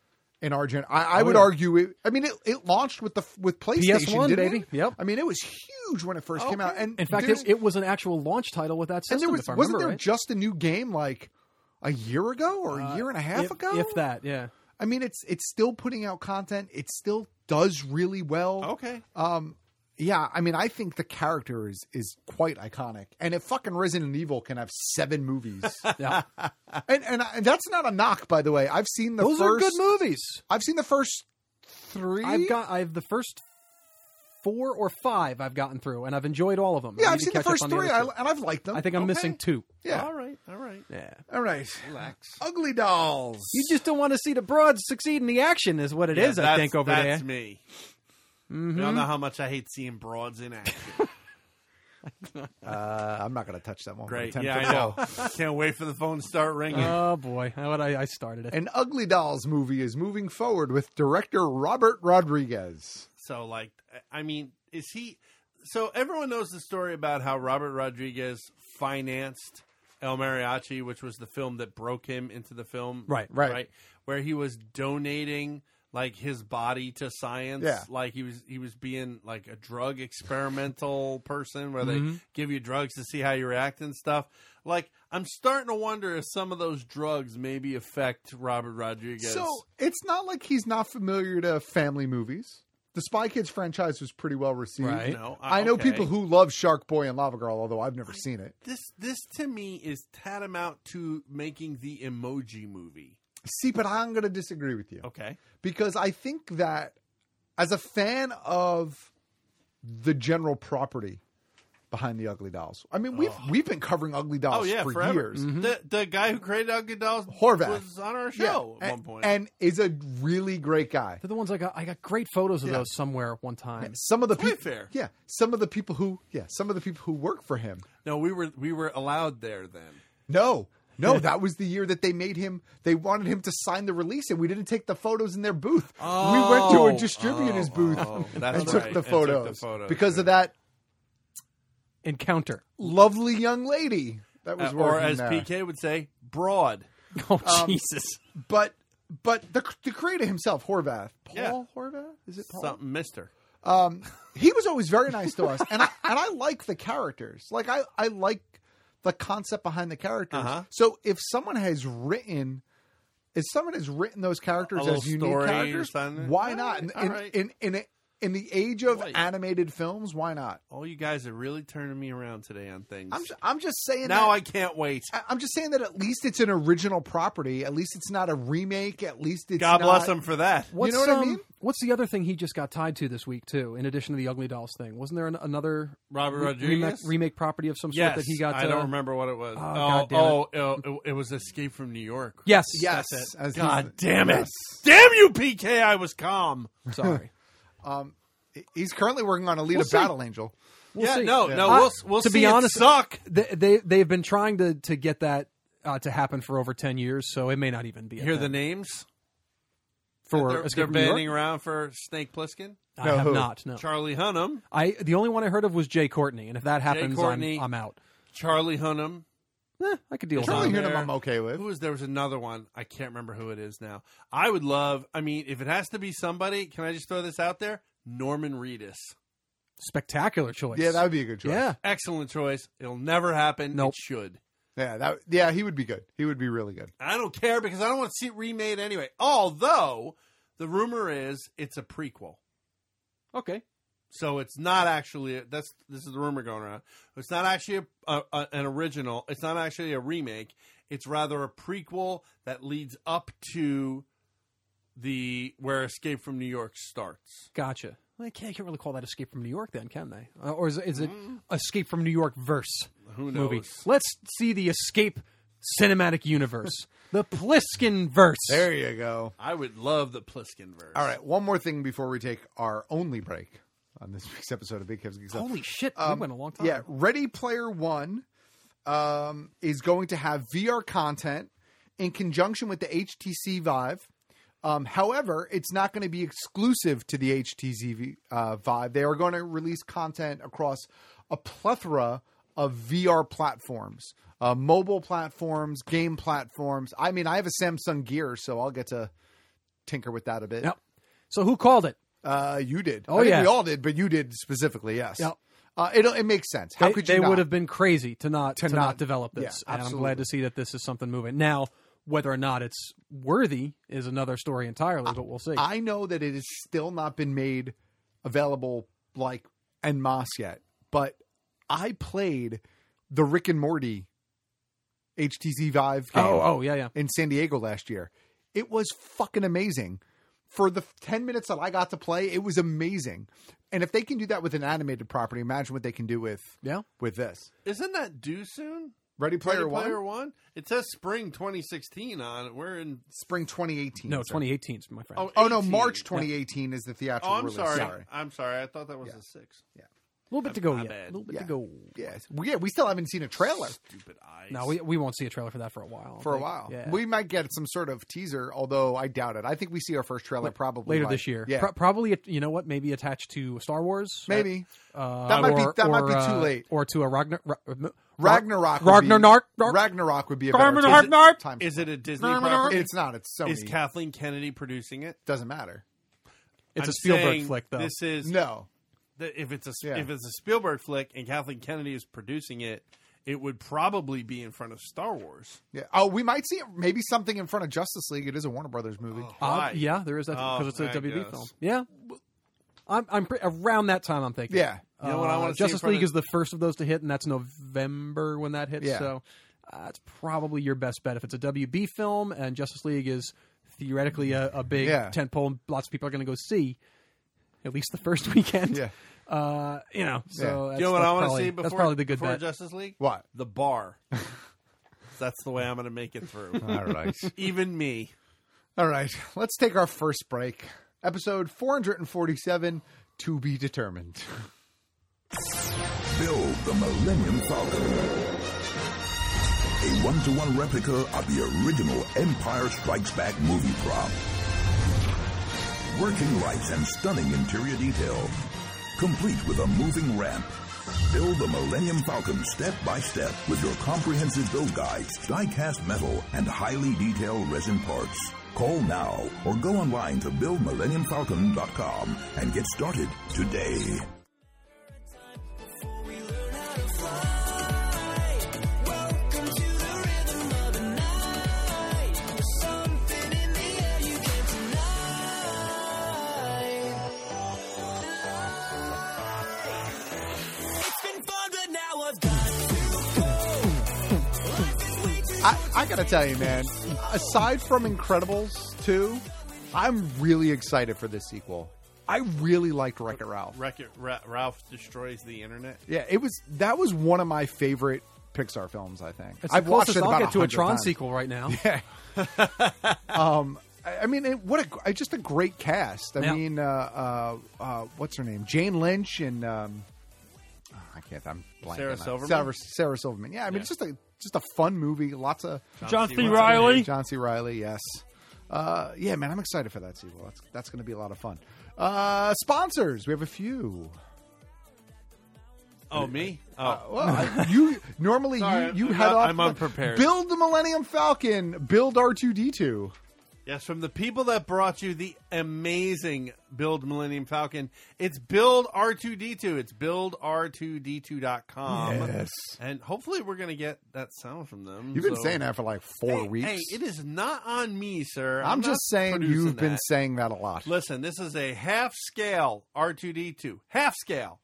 in our gen. I, I
Oh,
would
yeah.
argue it. I mean, it, it launched with the f- with PlayStation,
PS1,
didn't
baby.
It?
Yep.
I mean, it was huge when it first came out, and
in fact,
there's-
it, it was an actual launch title with that system.
and there was
if I
wasn't
remember
there
right. Uh,
just a new game like a year ago or a year and a half
if,
ago,
if that, yeah.
I mean, it's it's still putting out content. It still does really well.
Oh,
Okay.
Um, yeah. I mean, I think the character is is quite iconic. And if fucking Resident Evil can have seven movies,
Yeah.
and and, I, and that's not a knock, by the way. I've seen the
Those
first.
are good movies.
I've seen the first three.
I've got I have the first four or five I've gotten through, and I've enjoyed all of them.
Yeah,
I
I've
need to
seen the
catch up
first
on
three,
other
I,
two.
and I've liked them.
I think I'm
Okay.
missing two.
Yeah.
All right. All right.
Yeah.
All right. Relax. Ugly dolls.
You just don't want to see the broads succeed in the action, is what it is. I think, over
that's
there.
me.
Mhm.
Mm-hmm.
You all know how much I hate seeing broads in action.
Uh, I'm not going to touch that one. for
Great.
ten
Yeah,
for
I know.
all.
Can't wait for the phone to start ringing.
Oh boy, how would I, I started it.
An Ugly Dolls movie is moving forward with director Robert Rodriguez.
So, like, I mean, is he? So everyone knows the story about how Robert Rodriguez financed El Mariachi, which was the film that broke him into the film,
Right, right.
right, where he was donating like his body to science,
Yeah.
like he was he was being like a drug experimental person where they
Mhm.
give you drugs to see how you react and stuff. Like, I'm starting to wonder if some of those drugs maybe affect Robert Rodriguez.
So it's not like he's not familiar to family movies. The Spy Kids franchise was pretty well received.
Right. No, uh,
I know
okay.
people who love Shark Boy and Lava Girl, although I've never seen it.
this this to me is tantamount to making the emoji movie.
See, but I'm going to disagree with you.
Okay.
Because I think that as a fan of the general property behind the Ugly Dolls, I mean, we've we've been covering Ugly Dolls
Oh yeah,
for
forever.
years.
Mm-hmm.
The the guy who created Ugly Dolls
Horvath.
was on our
Yeah,
show
and,
at one point.
and is a really great guy.
They're the ones I got. I got great photos of
Yeah.
those somewhere at one time.
Some of the
Toy
people,
Fair.
yeah, some of the people who, yeah, some of the people who work for him.
no, we were we were allowed there then.
No, no, that was the year that they made him. They wanted him to sign the release, and we didn't take the photos in their booth. we went to
Oh,
a distributor's
oh,
booth
oh, that's
and, took
right,
the
and took the
photos
photos,
because of that
Encounter.
lovely young lady that was
Uh,
working
or as
there.
PK would say, broad.
Oh
Um,
Jesus!
But but the the creator himself, Horvath, Paul Horvath, is it Paul?
Something Mister.
um, he was always very nice to us, and I and I like the characters. Like I I like the concept behind the characters.
Uh-huh.
So if someone has written, if someone has written those characters
little
as unique
story or
characters,
something.
why
All
not?
right,
In
all
in,
right.
in in in the age of
Wait.
animated films, why not?
All you guys are really turning me around today on things.
I'm ju- I'm just saying.
now
that,
I can't wait.
I- I'm just saying that at least it's an original property. At least it's not a remake. At least it's
God bless
not-
him for that.
You know what I
um,
mean?
What's the other thing he just got tied to this week too? In addition to the Ugly Dolls thing, wasn't there an, another
Robert
re- remake,
Rodriguez?
remake property of some sort
Yes,
that he got?
I
uh,
don't remember what it was.
Oh,
oh,
God damn
oh, oh, it, it was Escape from New York.
Yes,
Yes.
that's it.
as he-
God damn it!
Yes.
Damn you, PK! I was calm.
Sorry.
Um, he's currently working on Alita
We'll see.
Battle Angel.
We'll
yeah,
see.
no, no.
Uh,
We'll, we'll
to
see
be
it
honest,
suck.
they, they they've been trying to to get that uh, to happen for over ten years, so it may not even be a
Hear the
thing
names
for
they're,
Escape
they're
from New York?
banding around for Snake Plissken,
I
No,
have
who?
not. No,
Charlie Hunnam,
I the only one I heard of was Jay Courtney, and if that happens,
Courtney.
I'm, I'm out.
Charlie Hunnam.
Eh, I could deal with
Charlie
that.
Hunnam.
Hunnam, I'm okay with.
Who was there was another one I can't remember who it is now. I would love. I mean, if it has to be somebody, can I just throw this out there? Norman Reedus,
Spectacular choice.
Yeah, that would be a good choice.
Yeah.
excellent choice. It'll never happen.
Nope.
It should.
yeah, that yeah, he would be good. He would be really good.
I don't care because I don't want to see it remade anyway. Although the rumor is it's a prequel.
Okay.
So it's not actually that's this is the rumor going around. It's not actually a, a, a- an original. It's not actually a remake. It's rather a prequel that leads up to the where Escape from New York starts.
Gotcha. Well, they can't, can't really call that Escape from New York, then, can they? Uh, or is, it- is it
Mm.
Escape from New York verse
Who knows?
movie? Let's see the Escape cinematic universe, the Pliskin verse.
There you go.
I would love the Pliskin verse.
All right, one more thing before we take our only break on this week's episode of Big Kev's Geeks. Up.
Holy shit!
Um,
we went a long time.
Yeah, Ready Player One um, is going to have VR content in conjunction with the HTC Vive. Um, however, it's not going to be exclusive to the HTC V- uh, Vive. They are going to release content across a plethora of VR platforms, uh, mobile platforms, game platforms. I mean, I have a Samsung Gear, so I'll get to tinker with that a bit.
Yep. So who called it?
Uh, you did. I
Oh,
think
yeah.
we all did, but you did specifically. Yes.
Yep.
Uh, it it makes sense. How
they,
could you?
they
not?
would have been crazy to not to, not,
not-
develop
yeah,
this. and I'm
absolutely.
glad to see that this is something moving now. Whether or not it's worthy is another story entirely, but we'll see.
I know that it has still not been made available like en masse yet, but I played the Rick and Morty HTC Vive game
oh, oh, yeah, yeah.
in San Diego last year. It was fucking amazing. For the 10 minutes that I got to play, it was amazing. And if they can do that with an animated property, imagine what they can do with
yeah
with this.
Isn't that due soon?
Ready Player
Ready
One?
Player One? It says spring 2016 on it. We're in
spring 2018.
No,
sir.
2018 's my friend.
Oh, no,
18.
March 2018 is the theatrical
Oh, I'm
release.
sorry. I'm sorry. I thought that was a six.
Yeah.
A little bit to go
My
yet.
bad.
A little bit
Yeah.
to go.
Yes. We, yeah, we still haven't seen a trailer
Stupid eyes.
No, we, we won't see a trailer for that for a while. I don't
for a
think.
while.
Yeah.
We might get some sort of teaser, although I doubt it. I think we see our first trailer probably
later
like-
this year.
Yeah.
Pro- probably you know what? Maybe attached to Star Wars.
Maybe.
Uh,
That might be-
or-
that might
or,
be too
uh,
late.
Or to a Ragnar. Ra-
Ragnarok. would be-
Ragnarok.
Ragnarok would be a better
Garmin
time-
Ragnarok!
time.
Is it a Disney
Garmin
property?
It's not. It's Sony.
Is Kathleen Kennedy producing it?
Doesn't matter.
It's
I'm
a Spielberg
saying
flick, though.
This is
No.
th- if it's a
Yeah.
if it's a Spielberg flick and Kathleen Kennedy is producing it, it would probably be in front of Star Wars.
Yeah. Oh, we might see maybe something in front of Justice League. It is a Warner Brothers movie.
Uh, yeah, there is that
Oh,
because it's a
I
WB
guess.
film. Yeah. I'm, I'm pre- around that time. I'm thinking.
Yeah.
You know what I
Uh,
wanna see in
Justice
front
League
of-
is the first of those to hit, and that's November when that hits.
Yeah.
So uh, it's probably your best bet if it's a WB film, and Justice League is theoretically a, a big
Yeah.
tentpole, and lots of people are going to go see at least the first weekend.
Yeah.
Uh, you know. So
Yeah.
that's,
you know what I
that's
want to
probably-
see before
that's probably the good
before
bet.
Justice League?
What?
The bar. That's the way I'm going to make it through.
Uh.
All right.
Even me.
All right. Let's take our first break. Episode 447 to be determined.
Build the Millennium Falcon. A one to one replica of the original Empire Strikes Back movie prop. Working lights and stunning interior detail. Complete with a moving ramp. Build the Millennium Falcon step by step with your comprehensive build guides, die-cast metal, and highly detailed resin parts. Call now or go online to buildmillenniumfalcon.com and get started today.
I, I gotta tell you, man. Aside from Incredibles two, I'm really excited for this sequel. I really liked Wreck It Ralph.
Wreck it, Ra- Ralph destroys the internet.
Yeah, it was that was one of my favorite Pixar films. I think
It's the
I've watched
closest
it about
I'll get to a
100
Tron
times.
sequel right now.
Um, I I mean, it, what a gr- uh, just a great cast. I
Yeah.
mean, uh, uh, uh, what's her name? Jane Lynch and um, oh, I can't. I'm blanking.
Sarah
on-
Silverman?
Sarah, Sarah Silverman. Yeah, I mean,
Yeah.
it's just a just a fun movie. Lots of
John John C. C. Reilly.
John C. Riley. Yes. Uh, yeah, man, I'm excited for that sequel. That's that's going to be a lot of fun. Uh, sponsors, we have a few.
Oh, me? Oh.
Uh, Well, you normally
Sorry,
you, you
I'm
head
not-
off.
I'm unprepared.
Build the Millennium Falcon. Build R two D two.
Yes, from the people that brought you the amazing Build Millennium Falcon. It's Build R2D2. It's buildr2d2.com.
Yes.
And hopefully we're going to get that sound from them.
You've been
so-
saying that for like four
Hey,
weeks.
Hey, it is not on me, sir.
I'm, just
not
saying
producing
you've been
that.
saying that a lot.
Listen, this is a half scale R2D2. Half scale.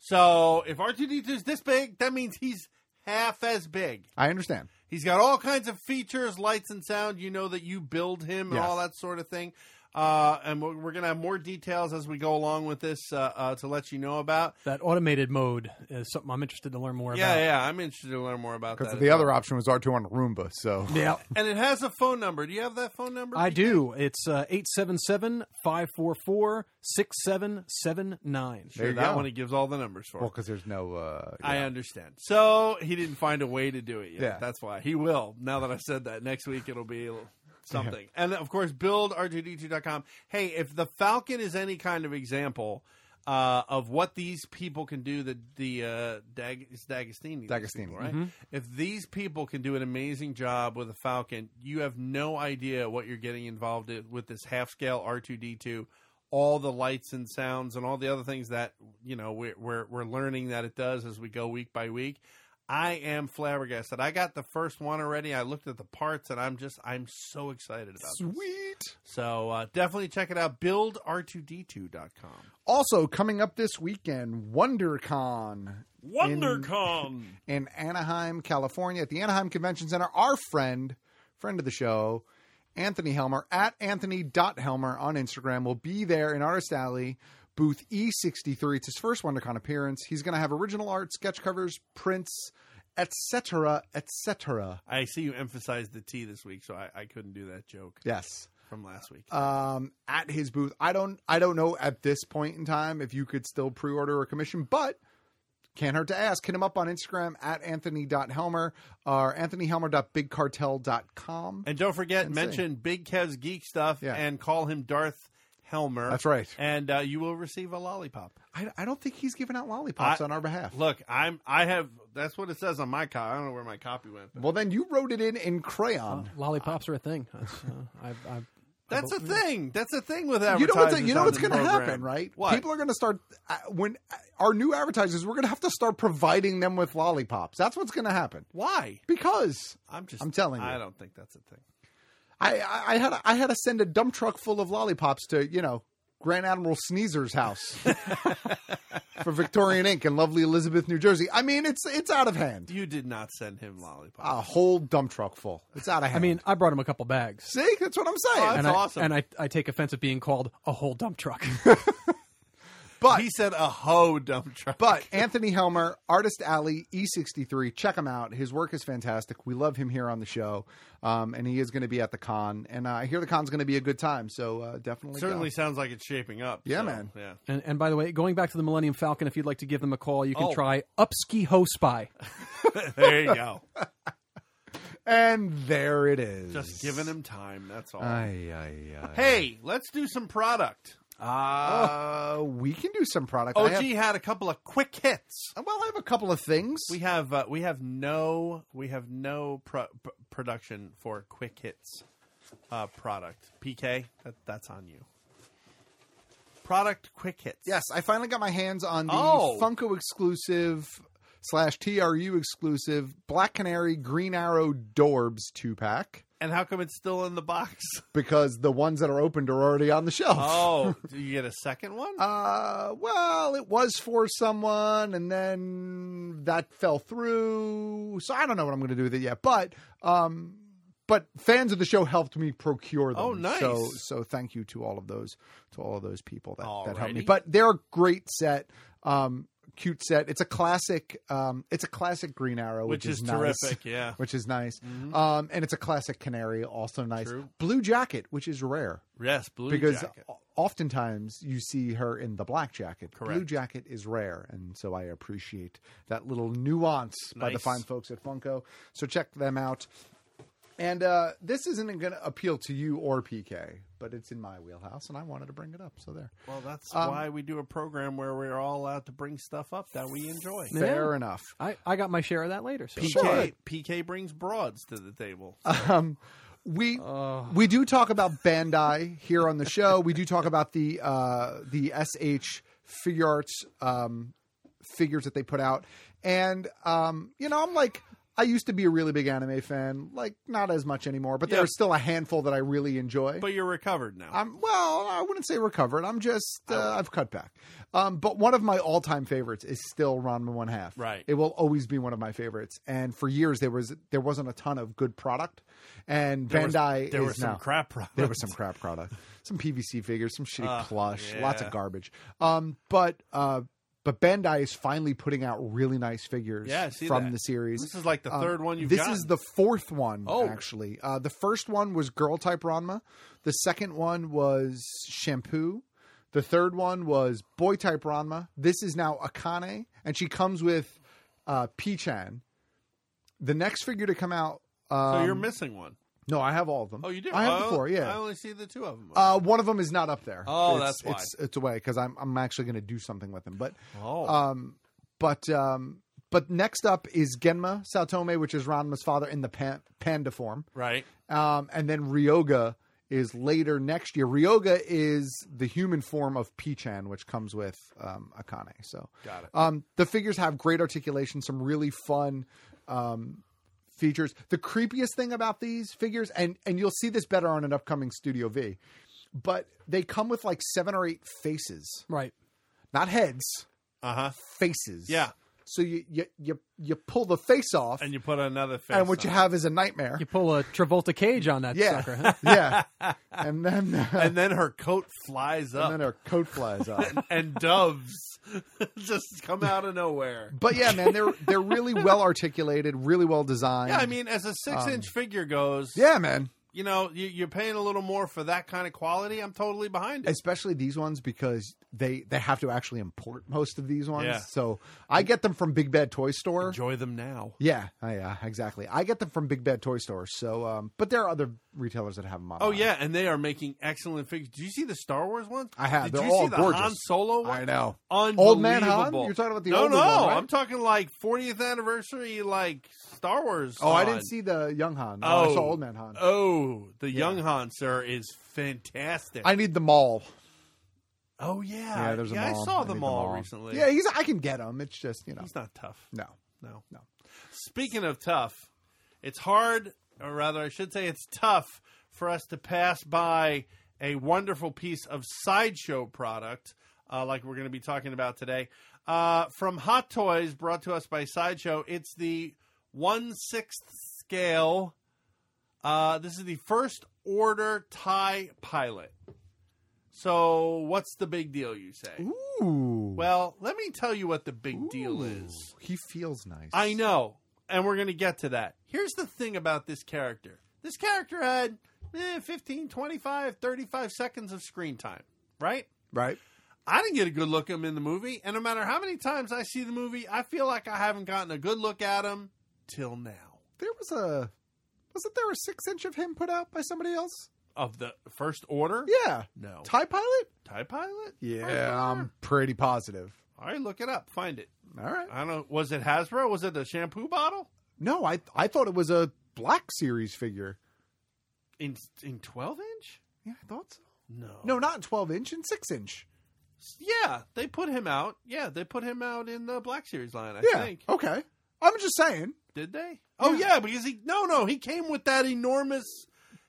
So if R2D2 is this big, that means he's half as big.
I understand.
He's got all kinds of features, lights and sound. You know that you build him and
Yes.
all that sort of thing. Uh, and we're, we're going to have more details as we go along with this uh, uh, to let you know about.
That automated mode is something I'm interested to learn more
yeah,
about.
yeah, I'm interested to learn more about
Because
that.
the
as
other
well.
option was R2 on Roomba. So
Yeah.
and it has a phone number. Do you have that phone number?
I
PK?
do. It's uh, 877 544 6779.
Sure,
There you
that
go.
one he gives all the numbers for.
well, because there's no. Uh,
I understand. So he didn't find a way to do it yet.
Yeah.
That's why he will. Now that I've said that, next week it'll be a little- something. And of course, build r2d2.com. Hey, if the Falcon is any kind of example uh, of what these people can do, the the uh, Dag- it's D'Agostini, these
D'Agostini.
people, right?
Mhm.
If these people can do an amazing job with a Falcon, you have no idea what you're getting involved in with this half scale r2d2 all the lights and sounds and all the other things that you know we're, we're we're learning that it does as we go week by week. I am flabbergasted. I got the first one already. I looked at the parts and I'm just I'm so excited about this.
Sweet.
So uh, definitely check it out. BuildR2D2.com.
Also, coming up this weekend, WonderCon. in-
WonderCon.
in Anaheim, California, at the Anaheim Convention Center. Our friend, friend of the show, Anthony Helmer, at anthony.helmer on Instagram, will be there in Artist Alley. Booth E63. It's his first WonderCon appearance. He's going to have original art, sketch covers, prints, etc., etc.
I see you emphasized the T this week, so I, I couldn't do that joke.
Yes.
From last week.
Um, at his booth, I don't, I don't know at this point in time if you could still pre-order or commission, but can't hurt to ask. Hit him up on Instagram at anthony.helmer or anthonyhelmer.bigcartel.com.
And don't forget,
And see.
mention Big Kev's Geek Stuff
Yeah.
and call him Darth Helmer.
That's right.
And uh, you will receive a lollipop.
I, I don't think he's giving out lollipops
I-
on our behalf.
Look, I'm I have that's what it says on my copy. I don't know where my copy went.
Well, then you wrote it in in crayon.
Lollipops are a thing. That's, uh, I've, I've,
That's a
I've-
thing. That's a thing with
you know what's
advertisers
you know
on
what's
the
going to
program.
happen, right?
What?
People are going to start uh, when uh, our new advertisers. We're going to have to start providing them with lollipops. That's what's going to happen.
Why?
Because
I'm just
I'm telling you.
I don't think that's a thing.
I, I, I had I had to send a dump truck full of lollipops to you know Grand Admiral Sneezer's house for Victorian Ink in lovely Elizabeth, New Jersey. I mean, it's it's out of hand.
You did not send him lollipops.
A whole dump truck full. It's out of hand.
I mean, I brought him a couple bags.
see, that's what I'm saying.
and I, And I, I take offense at being called a whole dump truck.
Oh, But
he said a ho dump truck.
But Anthony Helmer, Artist Alley E63, check him out. His work is fantastic. We love him here on the show, um, and he is going to be at the con. And uh, I hear the con's going to be a good time, so uh, definitely.
Certainly
go.
sounds like it's shaping up.
Yeah,
so,
man.
Yeah.
And, and by the way, going back to the Millennium Falcon, if you'd like to give them a call, you can
Oh.
try Upski Ho Spy.
there you go.
And there it is.
Just giving him time. That's all.
Ay, ay, ay.
Hey, let's do some product. Uh, Oh,
Uh, we can do some product. I
OG
have-
had a couple of quick hits.
Well, I have a couple of things.
We have uh, we have no we have no pro- p- production for quick hits uh, product. PK, that, that's on you. Product quick hits.
Yes, I finally got my hands on the
Oh.
Funko exclusive slash TRU exclusive Black Canary Green Arrow Dorbs two pack
And how come it's still in the box?
because the ones that are opened are already on the shelf.
Oh, do you get a second one?
Uh, well, it was for someone, and then that fell through. So I don't know what I'm going to do with it yet. But, um, but fans of the show helped me procure them.
Oh, nice.
So, so thank you to all of those, to all of those people that, that helped me.
Alrighty.
But they're a great set. Um, cute set. It's a classic. Um, it's a classic Green Arrow, which,
Which is
nice.
terrific, yeah. Mm-hmm.
which is nice. Um, and it's a classic Canary, also nice. Blue Jacket, which is rare
yes, blue
because
jacket.
o- oftentimes you see her in the black jacket. Blue
Correct.
jacket is rare, and so I appreciate that little nuance by the
Nice.
fine folks at Funko. So check them out. And uh, this isn't going to appeal to you or PK, but it's in my wheelhouse, and I wanted to bring it up. So there,
Well, that's
Um,
why we do a program where we're all allowed to bring stuff up that we enjoy.
Yeah.
fair enough.
I, I got my share of that later. So.
PK
Sure.
PK brings broads to the table.
Um, we we do talk about Bandai here on the show. We do talk about the uh, the SH figure arts um, figures that they put out, and um, you know, I'm like. I used to be a really big anime fan, like not as much anymore, but
Yeah.
there's still a handful that I really enjoy.
But you're recovered now.
I'm well, I wouldn't say recovered. I'm just
Oh.
uh, I've cut back. Um, but one of my all time favorites is still Ranma One Half.
Right.
It will always be one of my favorites. And for years there was there wasn't a ton of good product, and
There was-
Bandai
there
is
were some
now-
crap product.
There was some crap product, some PVC figures, some shitty
Ah,
plush, lots
yeah.
of garbage. Um, but uh, but Bandai is finally putting out really nice figures
Yeah, I see
from
that.
the series.
This is like the
Um,
third one you've
This
gotten.
is the fourth one
Oh.
actually. Uh, the first one was girl type Ranma. The second one was shampoo. The third one was boy type Ranma. This is now Akane, and she comes with uh, Pichan. The next figure to come out. Um,
so you're missing one.
No, I have all of them.
Oh, you do.
I have
Oh,
the four. Yeah.
I only see the two of them.
Uh, one of them is not up there.
Oh,
It's-
that's why.
It's, it's away because I'm I'm actually going to do something with them. But
Oh.
um, but um, but next up is Genma Saotome, which is Ranma's father in the pan- panda form,
right.
um, and then Ryoga is later next year. Ryoga is the human form of Pichan, which comes with um, Akane. So
Got it.
Um, the figures have great articulation, some really fun. Um, features the creepiest thing about these figures and and you'll see this better on an upcoming studio v but they come with like seven or eight faces
Right.
not heads
Uh huh.
faces
Yeah.
So you you you, you pull the face off,
and you put another face.
and what you
on.
have is a nightmare.
You pull a Travolta cage on that
yeah,
sucker. Huh?
yeah. And then uh,
and then her coat flies up.
And then her coat flies up.
and, and doves just come out of nowhere.
But yeah, man, they're they're really well articulated, really well designed.
yeah, I mean, as a six-inch
Um,
figure goes,
yeah, man.
you know, you, you're paying a little more for that kind of quality. I'm totally behind it.
Especially these ones because they they have to actually import most of these ones.
Yeah.
So I get them from Big Bad Toy Store.
Enjoy them now.
Yeah, I, uh, exactly. I get them from Big Bad Toy Store. So, um, but there are other retailers that have them on.
Oh yeah, and they are making excellent figures. Do you see the Star Wars ones?
I have.
Did
They're
you
all
see the
gorgeous.
Han Solo one?
I know.
Unbelievable.
Old Man Han? You're talking about the
no,
older
no.
one, right?
I'm talking like 40th anniversary, like Star Wars.
Oh, I
Han.
didn't see the young Han. No, I saw Old Man Han.
Oh, the young Han sir is fantastic.
I need the mall.
Oh yeah,
Yeah, there's a
yeah,
mall.
I saw
I
the
need the
mall
mall.
recently.
Yeah, he's. I can get him. It's just you know.
he's not tough.
No.
No, no. Speaking of tough, it's hard, or rather, I should say, it's tough for us to pass by a wonderful piece of sideshow product uh, like we're going to be talking about today uh, from Hot Toys, brought to us by Sideshow. It's the one sixth scale. Uh, this is the first order tie pilot. So, what's the big deal? You say.
Ooh.
Well, let me tell you what the big deal is.
He feels nice.
I know, and we're going to get to that. Here's the thing about this character this character had eh, 15, 25, 35 seconds of screen time, right?
Right.
I didn't get a good look at him in the movie, and no matter how many times I see the movie, I feel like I haven't gotten a good look at him till now.
There was a. Wasn't there a six inch of him put out by somebody else?
Of the first order?
Yeah.
No.
Tie Pilot.
Tie Pilot?
Yeah, I'm pretty positive.
All right, look it up. Find it.
All right.
I don't know. Was it Hasbro? Was it the shampoo bottle?
No, I I thought it was a Black Series figure.
In in 12 inch?
Yeah, I thought so.
No.
No, not twelve inch and six inch.
Yeah, they put him out. Yeah, they put him out in the Black Series line, I
yeah.
think.
Okay. I'm just saying.
Did they? Oh yeah. because he no no he came with that enormous.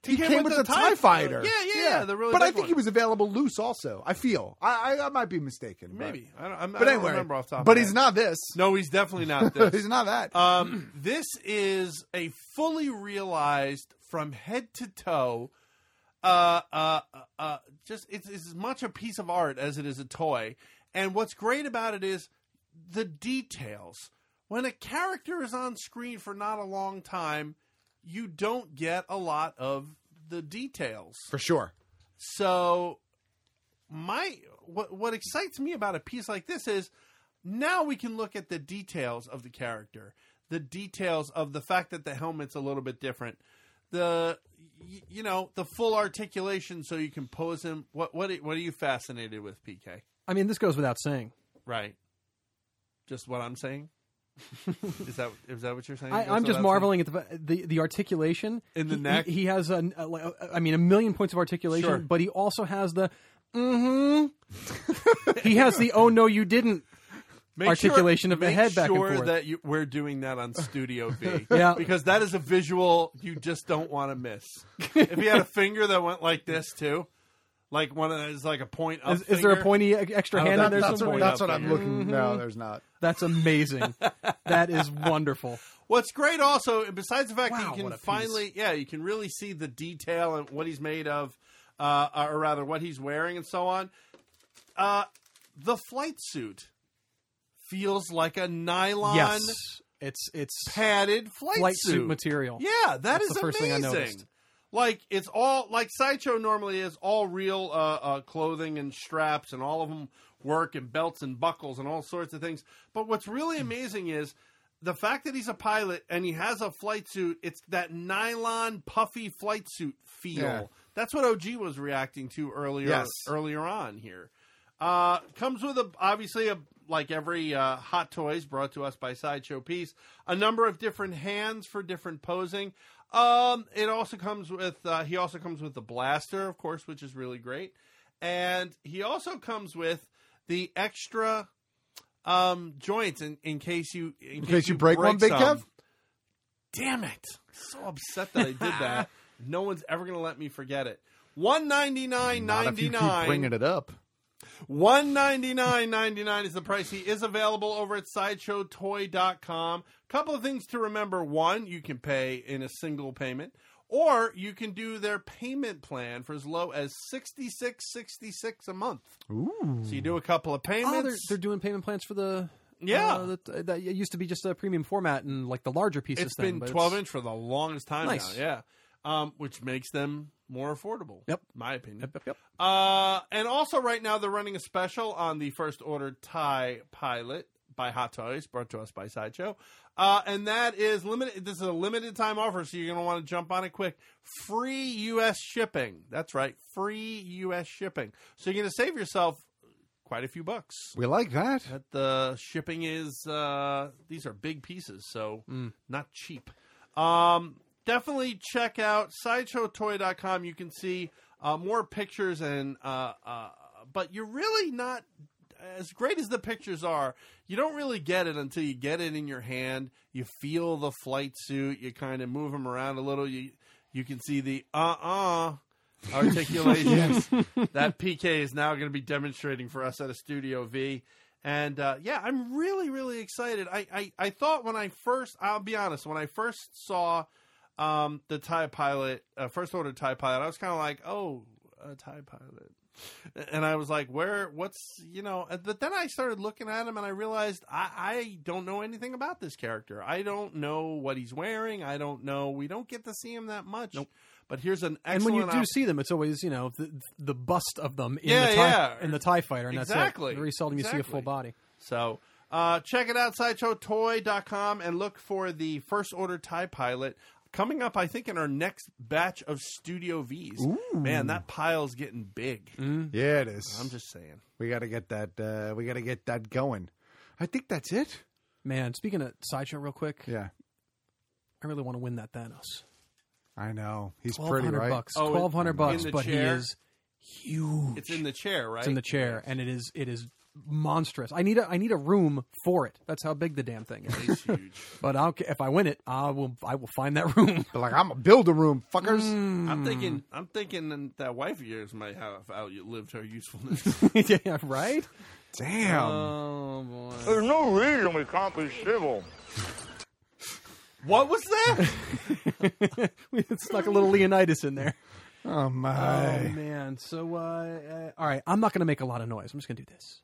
He, came, with, the, TIE fighter.
Yeah, yeah, yeah. the really
but I
big
think he
one.
was available loose also. I feel. I I, I might be mistaken. but-
maybe. I don't, I'm,
But,
I don't
anyway.
remember off the top. of
but
my
he's
head.
not this.
No, he's definitely not this.
he's not that.
Um, this is a fully realized from head to toe. Uh, uh, uh, uh, just it's, it's as much a piece of art as it is a toy. And what's great about it is the details. When a character is on screen for not a long time, you don't get a lot of the details.
For sure.
So my what what excites me about a piece like this is now we can look at the details of the character, the details of the fact that the helmet's a little bit different, the y- you know the full articulation so you can pose him. What what what are you fascinated with, PK?
I mean, this goes without saying.
Right, just what I'm saying. is that is that what you're saying?
I, I'm just marveling at the, the the articulation
In the
He-
neck?
He, he has a, a, like, a- I mean, a million points of articulation,
Sure.
but he also has the. hmm he has the oh no you didn't. articulation of the
make
head back and
sure
forth.
that you, we're doing that on Studio V.
Yeah.
because that is a visual you just don't want to miss. If he had a finger that went like this too, like one of those, like a point up.
Is, is there a
finger.
pointy e- extra
Oh,
hand
that-
in there
that's
somewhere?
what-
That's
up
what I'm
here.
looking. No, there's not.
That's amazing. that is wonderful.
What's great also, besides the fact
Wow,
that you
what a
can
piece.
finally, yeah, you can really see the detail and what he's made of, uh, or rather what he's wearing and so on. Uh, the flight suit feels like a nylon
Yes, it's it's
padded flight,
Flight suit material.
Yeah, that
That's
is
the first thing I
amazing.
noticed.
Like it's all like sideshow normally is all real uh, uh, clothing and straps and all of them work and belts and buckles and all sorts of things. But what's really
Hmm.
amazing is the fact that he's a pilot and he has a flight suit. It's that nylon puffy flight suit feel.
Yeah.
That's what OG was reacting to earlier
Yes.
earlier on here. Uh, comes with a obviously a like every uh, Hot Toys brought to us by Sideshow Piece, a number of different hands for different posing. Um, it also comes with uh, he also comes with the blaster, of course, which is really great, and he also comes with the extra um joints in, in case you in,
case you break one, Big
some.
Kev?
Damn it! So upset that I did that. no one's ever gonna let me forget it. One ninety nine
Not if
ninety
you keep
nine.
bringing it up.
One ninety nine ninety nine is the price. He is available over at sideshowtoy.com. Couple of things to remember. One, you can pay in a single payment, or you can do their payment plan for as low as sixty six sixty six a month.
Ooh.
So you do a couple of payments.
Oh, they're, they're doing payment plans for the.
Yeah.
uh, that, that used to be just a premium format and like the larger pieces.
It's
thing,
been
but
12 inch for the longest time
Nice.
now. Yeah. Um, which makes them more affordable.
Yep.
My opinion.
Yep, yep, yep.
Uh, and also right now they're running a special on the first order Thai pilot by Hot Toys, brought to us by Sideshow. Uh, and that is limited. This is a limited time offer, so you're going to want to jump on it quick. Free U.S. shipping. That's right, free U.S. shipping. So you're going to save yourself quite a few bucks.
We like that.
That the shipping is uh, these are big pieces, so not cheap. Um, definitely check out sideshowtoy.com. You can see uh, more pictures and uh, uh, but you're really not as great as the pictures are. You don't really get it until you get it in your hand. You feel the flight suit. You kind of move them around a little. You you can see the uh uh articulations that PK is now going to be demonstrating for us at a Studio V. And uh, yeah, I'm really, really excited. I, I, I thought when I first, I'll be honest, when I first saw um, the TIE pilot, uh, first order TIE pilot, I was kind of like, oh, a TIE pilot. And I was like, where, what's, you know, but then I started looking at him and I realized I, I don't know anything about this character. I don't know what he's wearing. I don't know. We don't get to see him that much. But here's an
and when
excellent
you do
op-
see them, it's always you know the, the bust of them in
Yeah,
the tie,
yeah.
in the Tie Fighter, and
Exactly.
that's it. Very seldom you see a
Exactly.
full body.
So uh, check it out, sideshowtoy.com, and look for the first order tie pilot coming up, I think, in our next batch of Studio Vs. Man, that pile's getting big.
Mm.
Yeah, it is.
I'm just saying.
We got to get that. Uh, we got to get that going. I think that's it.
Man, speaking of sideshow, real quick,
Yeah,
I really want to win that Thanos.
I know. He's
Twelve
pretty
hundred
right.
bucks.
Oh,
Twelve hundred
in
bucks,
the
but
chair?
he is huge.
It's in the chair, right?
It's in the chair, and it is it is monstrous. I need a I need a room for it. That's how big the damn thing is.
It's huge.
but I'll, if I win it, I will I will find that room.
like I'm a build a room, fuckers.
Mm.
I'm thinking. I'm thinking that wife of yours might have outlived her usefulness.
yeah, right.
Damn.
Uh,
Oh boy.
There's no reason we can't be civil.
What was that?
we snuck a little Leonidas in there.
Oh
Oh
my.
man. So uh, uh, all right, I'm not going to make a lot of noise. I'm just going to do this.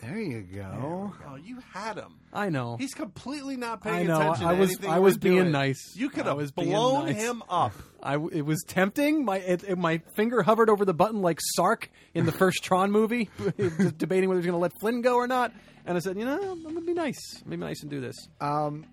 There you go.
Oh, you had him.
I know.
He's completely not
I
paying
know.
attention.
I
to
was
anything
I
we're
was being
doing.
nice.
You could
I
have
was being
blown
nice.
him up.
I w- it was tempting. My it, it- my finger hovered over the button like Sark in the first Tron movie, just debating whether he's going to let Flynn go or not. And I said, you know, I'm going to be nice. I'm gonna be nice and do this.
Um,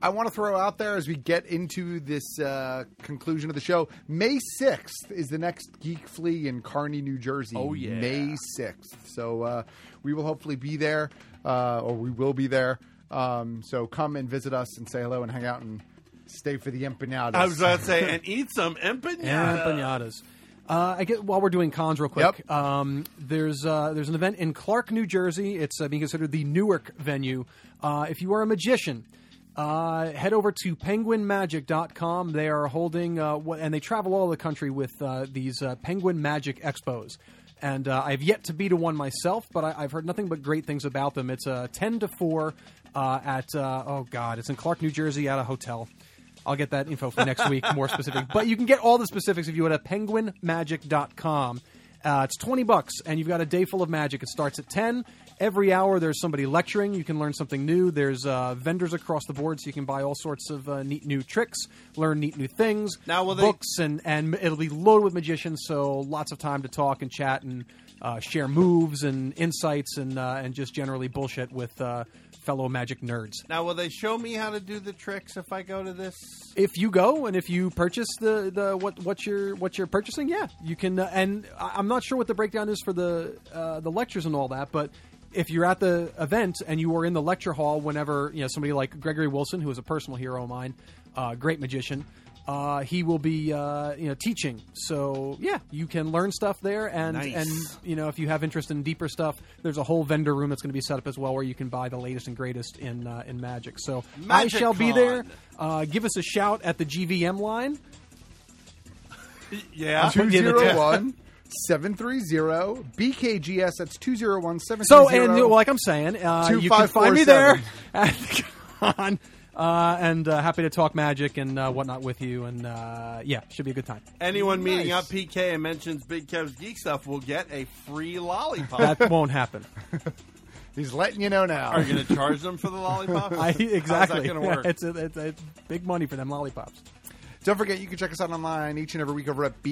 I want to throw out there as we get into this uh, conclusion of the show. May sixth is the next Geek Flea in Kearney, New Jersey.
Oh, yeah.
May sixth. So uh, we will hopefully be there, uh, or we will be there. Um, so come and visit us and say hello and hang out and stay for the empanadas.
I was about to say, and eat some empanada.
and pinatas. Uh, I get while we're doing cons real quick. Um, there's uh, there's an event in Clark, New Jersey. It's uh, being considered the Newark venue. Uh, if you are a magician, uh, head over to penguinmagic.com. They are holding uh, what, and they travel all over the country with uh, these uh, Penguin Magic expos. And uh, I've yet to be to one myself, but I, I've heard nothing but great things about them. It's uh, ten to four uh, at uh, oh god, it's in Clark, New Jersey, at a hotel. I'll get that info for next week, more specific. But you can get all the specifics if you go to penguinmagic.com. Uh, it's 20 bucks, and you've got a day full of magic. It starts at 10. Every hour, there's somebody lecturing. You can learn something new. There's uh, vendors across the board, so you can buy all sorts of uh, neat new tricks, learn neat new things,
Now, will they-
books, and, and it'll be loaded with magicians, so lots of time to talk and chat and uh, share moves and insights and, uh, and just generally bullshit with uh, fellow magic nerds.
Now, will they show me how to do the tricks if I go to this?
if you go and if you purchase the, the what what you're what you're purchasing, yeah, you can. Uh, and I- I'm not sure what the breakdown is for the uh, the lectures and all that, but if you're at the event and you are in the lecture hall, whenever you know somebody like Gregory Wilson, who is a personal hero of mine, uh, great magician. Uh, he will be, uh, you know, teaching. So yeah, you can learn stuff there, and
Nice.
and you know if you have interest in deeper stuff, there's a whole vendor room that's going to be set up as well, where you can buy the latest and greatest in uh, in magic. So I shall be there.
Magicon.
Uh, give us a shout at the GVM line.
Yeah. Uh,
putting you in the
201 730 BKGS. That's 201
So, and uh, like I'm saying, uh, you can find me there
2547.
at the con, uh, and uh, happy to talk magic and uh, whatnot with you. And uh, yeah, should be a good time.
Anyone meeting up PK and mentions Big Kev's Geek Stuff will get a free lollipop.
That won't happen.
He's letting you know now.
Are you going to charge them for the lollipop?
I, exactly.
How's that going to work?
It's, a, it's, it's big money for them lollipops.
Don't forget, you can check us out online each and every week over at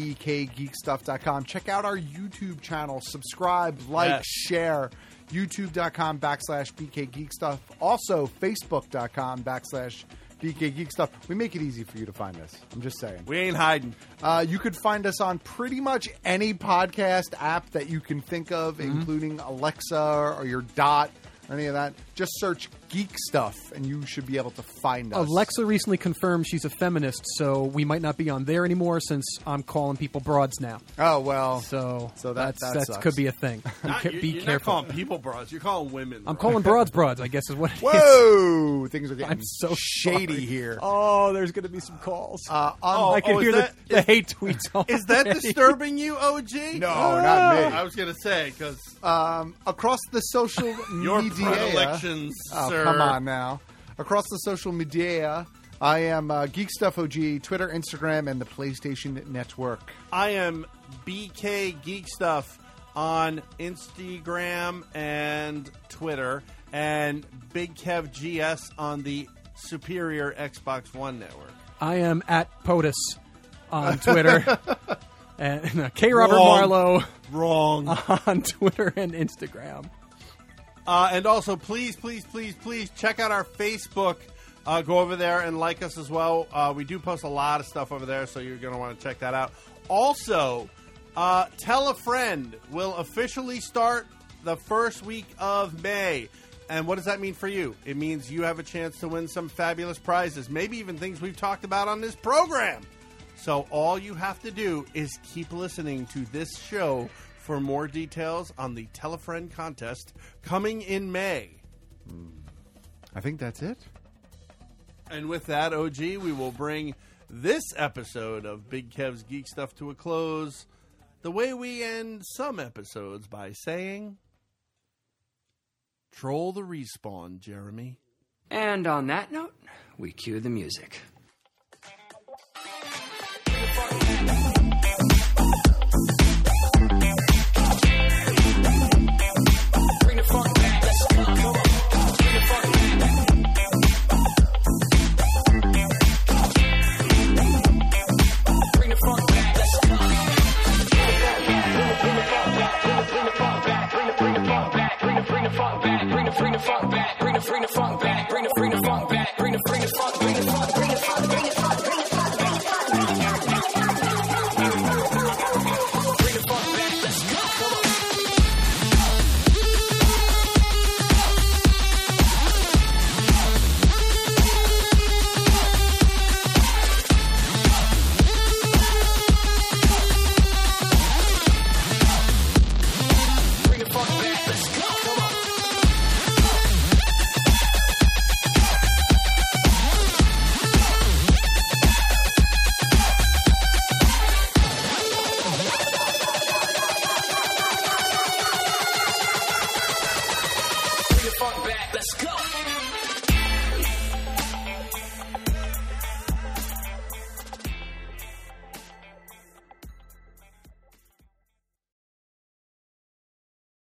bkgeekstuff.com. Check out our YouTube channel. Subscribe, like,
Yes.
share. YouTube.com backslash bkgeekstuff. Also, Facebook.com backslash bkgeekstuff. We make it easy for you to find us. I'm just saying.
we ain't hiding.
Uh, you could find us on pretty much any podcast app that you can think of, including Alexa or your Dot or any of that. Just search Geek Stuff and you should be able to find us.
Alexa recently confirmed she's a feminist, so we might not be on there anymore since I'm calling people broads now.
Oh well.
So
So that-
that's,
that
that's
sucks.
could be a thing. Be
Not-
ca-
you're,
be
you're
careful.
not calling people broads. You're calling women.
I'm
broads.
calling broads broads. I guess is what. It is.
Whoa, things are getting
I'm so
shady
sorry.
here.
Oh, there's going to be some calls.
Uh,
Oh,
I can
oh, is
hear the,
that-
the
is-
hate tweets. on
Is that
me.
disturbing you, OG?
No, not me.
I was going to say because
um, across the social
E
Your
media.
predilections,
uh,
oh,
sir.
come on now. Across the social media, I am uh, Geek Stuff OG, Twitter, Instagram, and the PlayStation Network.
I am BK Geek Stuff on Instagram and Twitter, and Big Kev GS on the Superior Xbox One network.
I am at POTUS on Twitter. and no, K. Robert
Wrong.
Marlowe
Wrong.
on Twitter and Instagram.
Uh, and also, please, please, please, please check out our Facebook. Uh, go over there and like us as well. Uh, we do post a lot of stuff over there, so you're going to want to check that out. Also, uh, Tell a Friend will officially start the first week of May. And what does that mean for you? It means you have a chance to win some fabulous prizes, maybe even things we've talked about on this program. So all you have to do is keep listening to this show for more details on the Telefriend contest coming in May.
I think that's it.
And with that, OG, we will bring this episode of Big Kev's Geek Stuff to a close the way we end some episodes by saying Troll the respawn, Jeremy.
And on that note, we cue the music.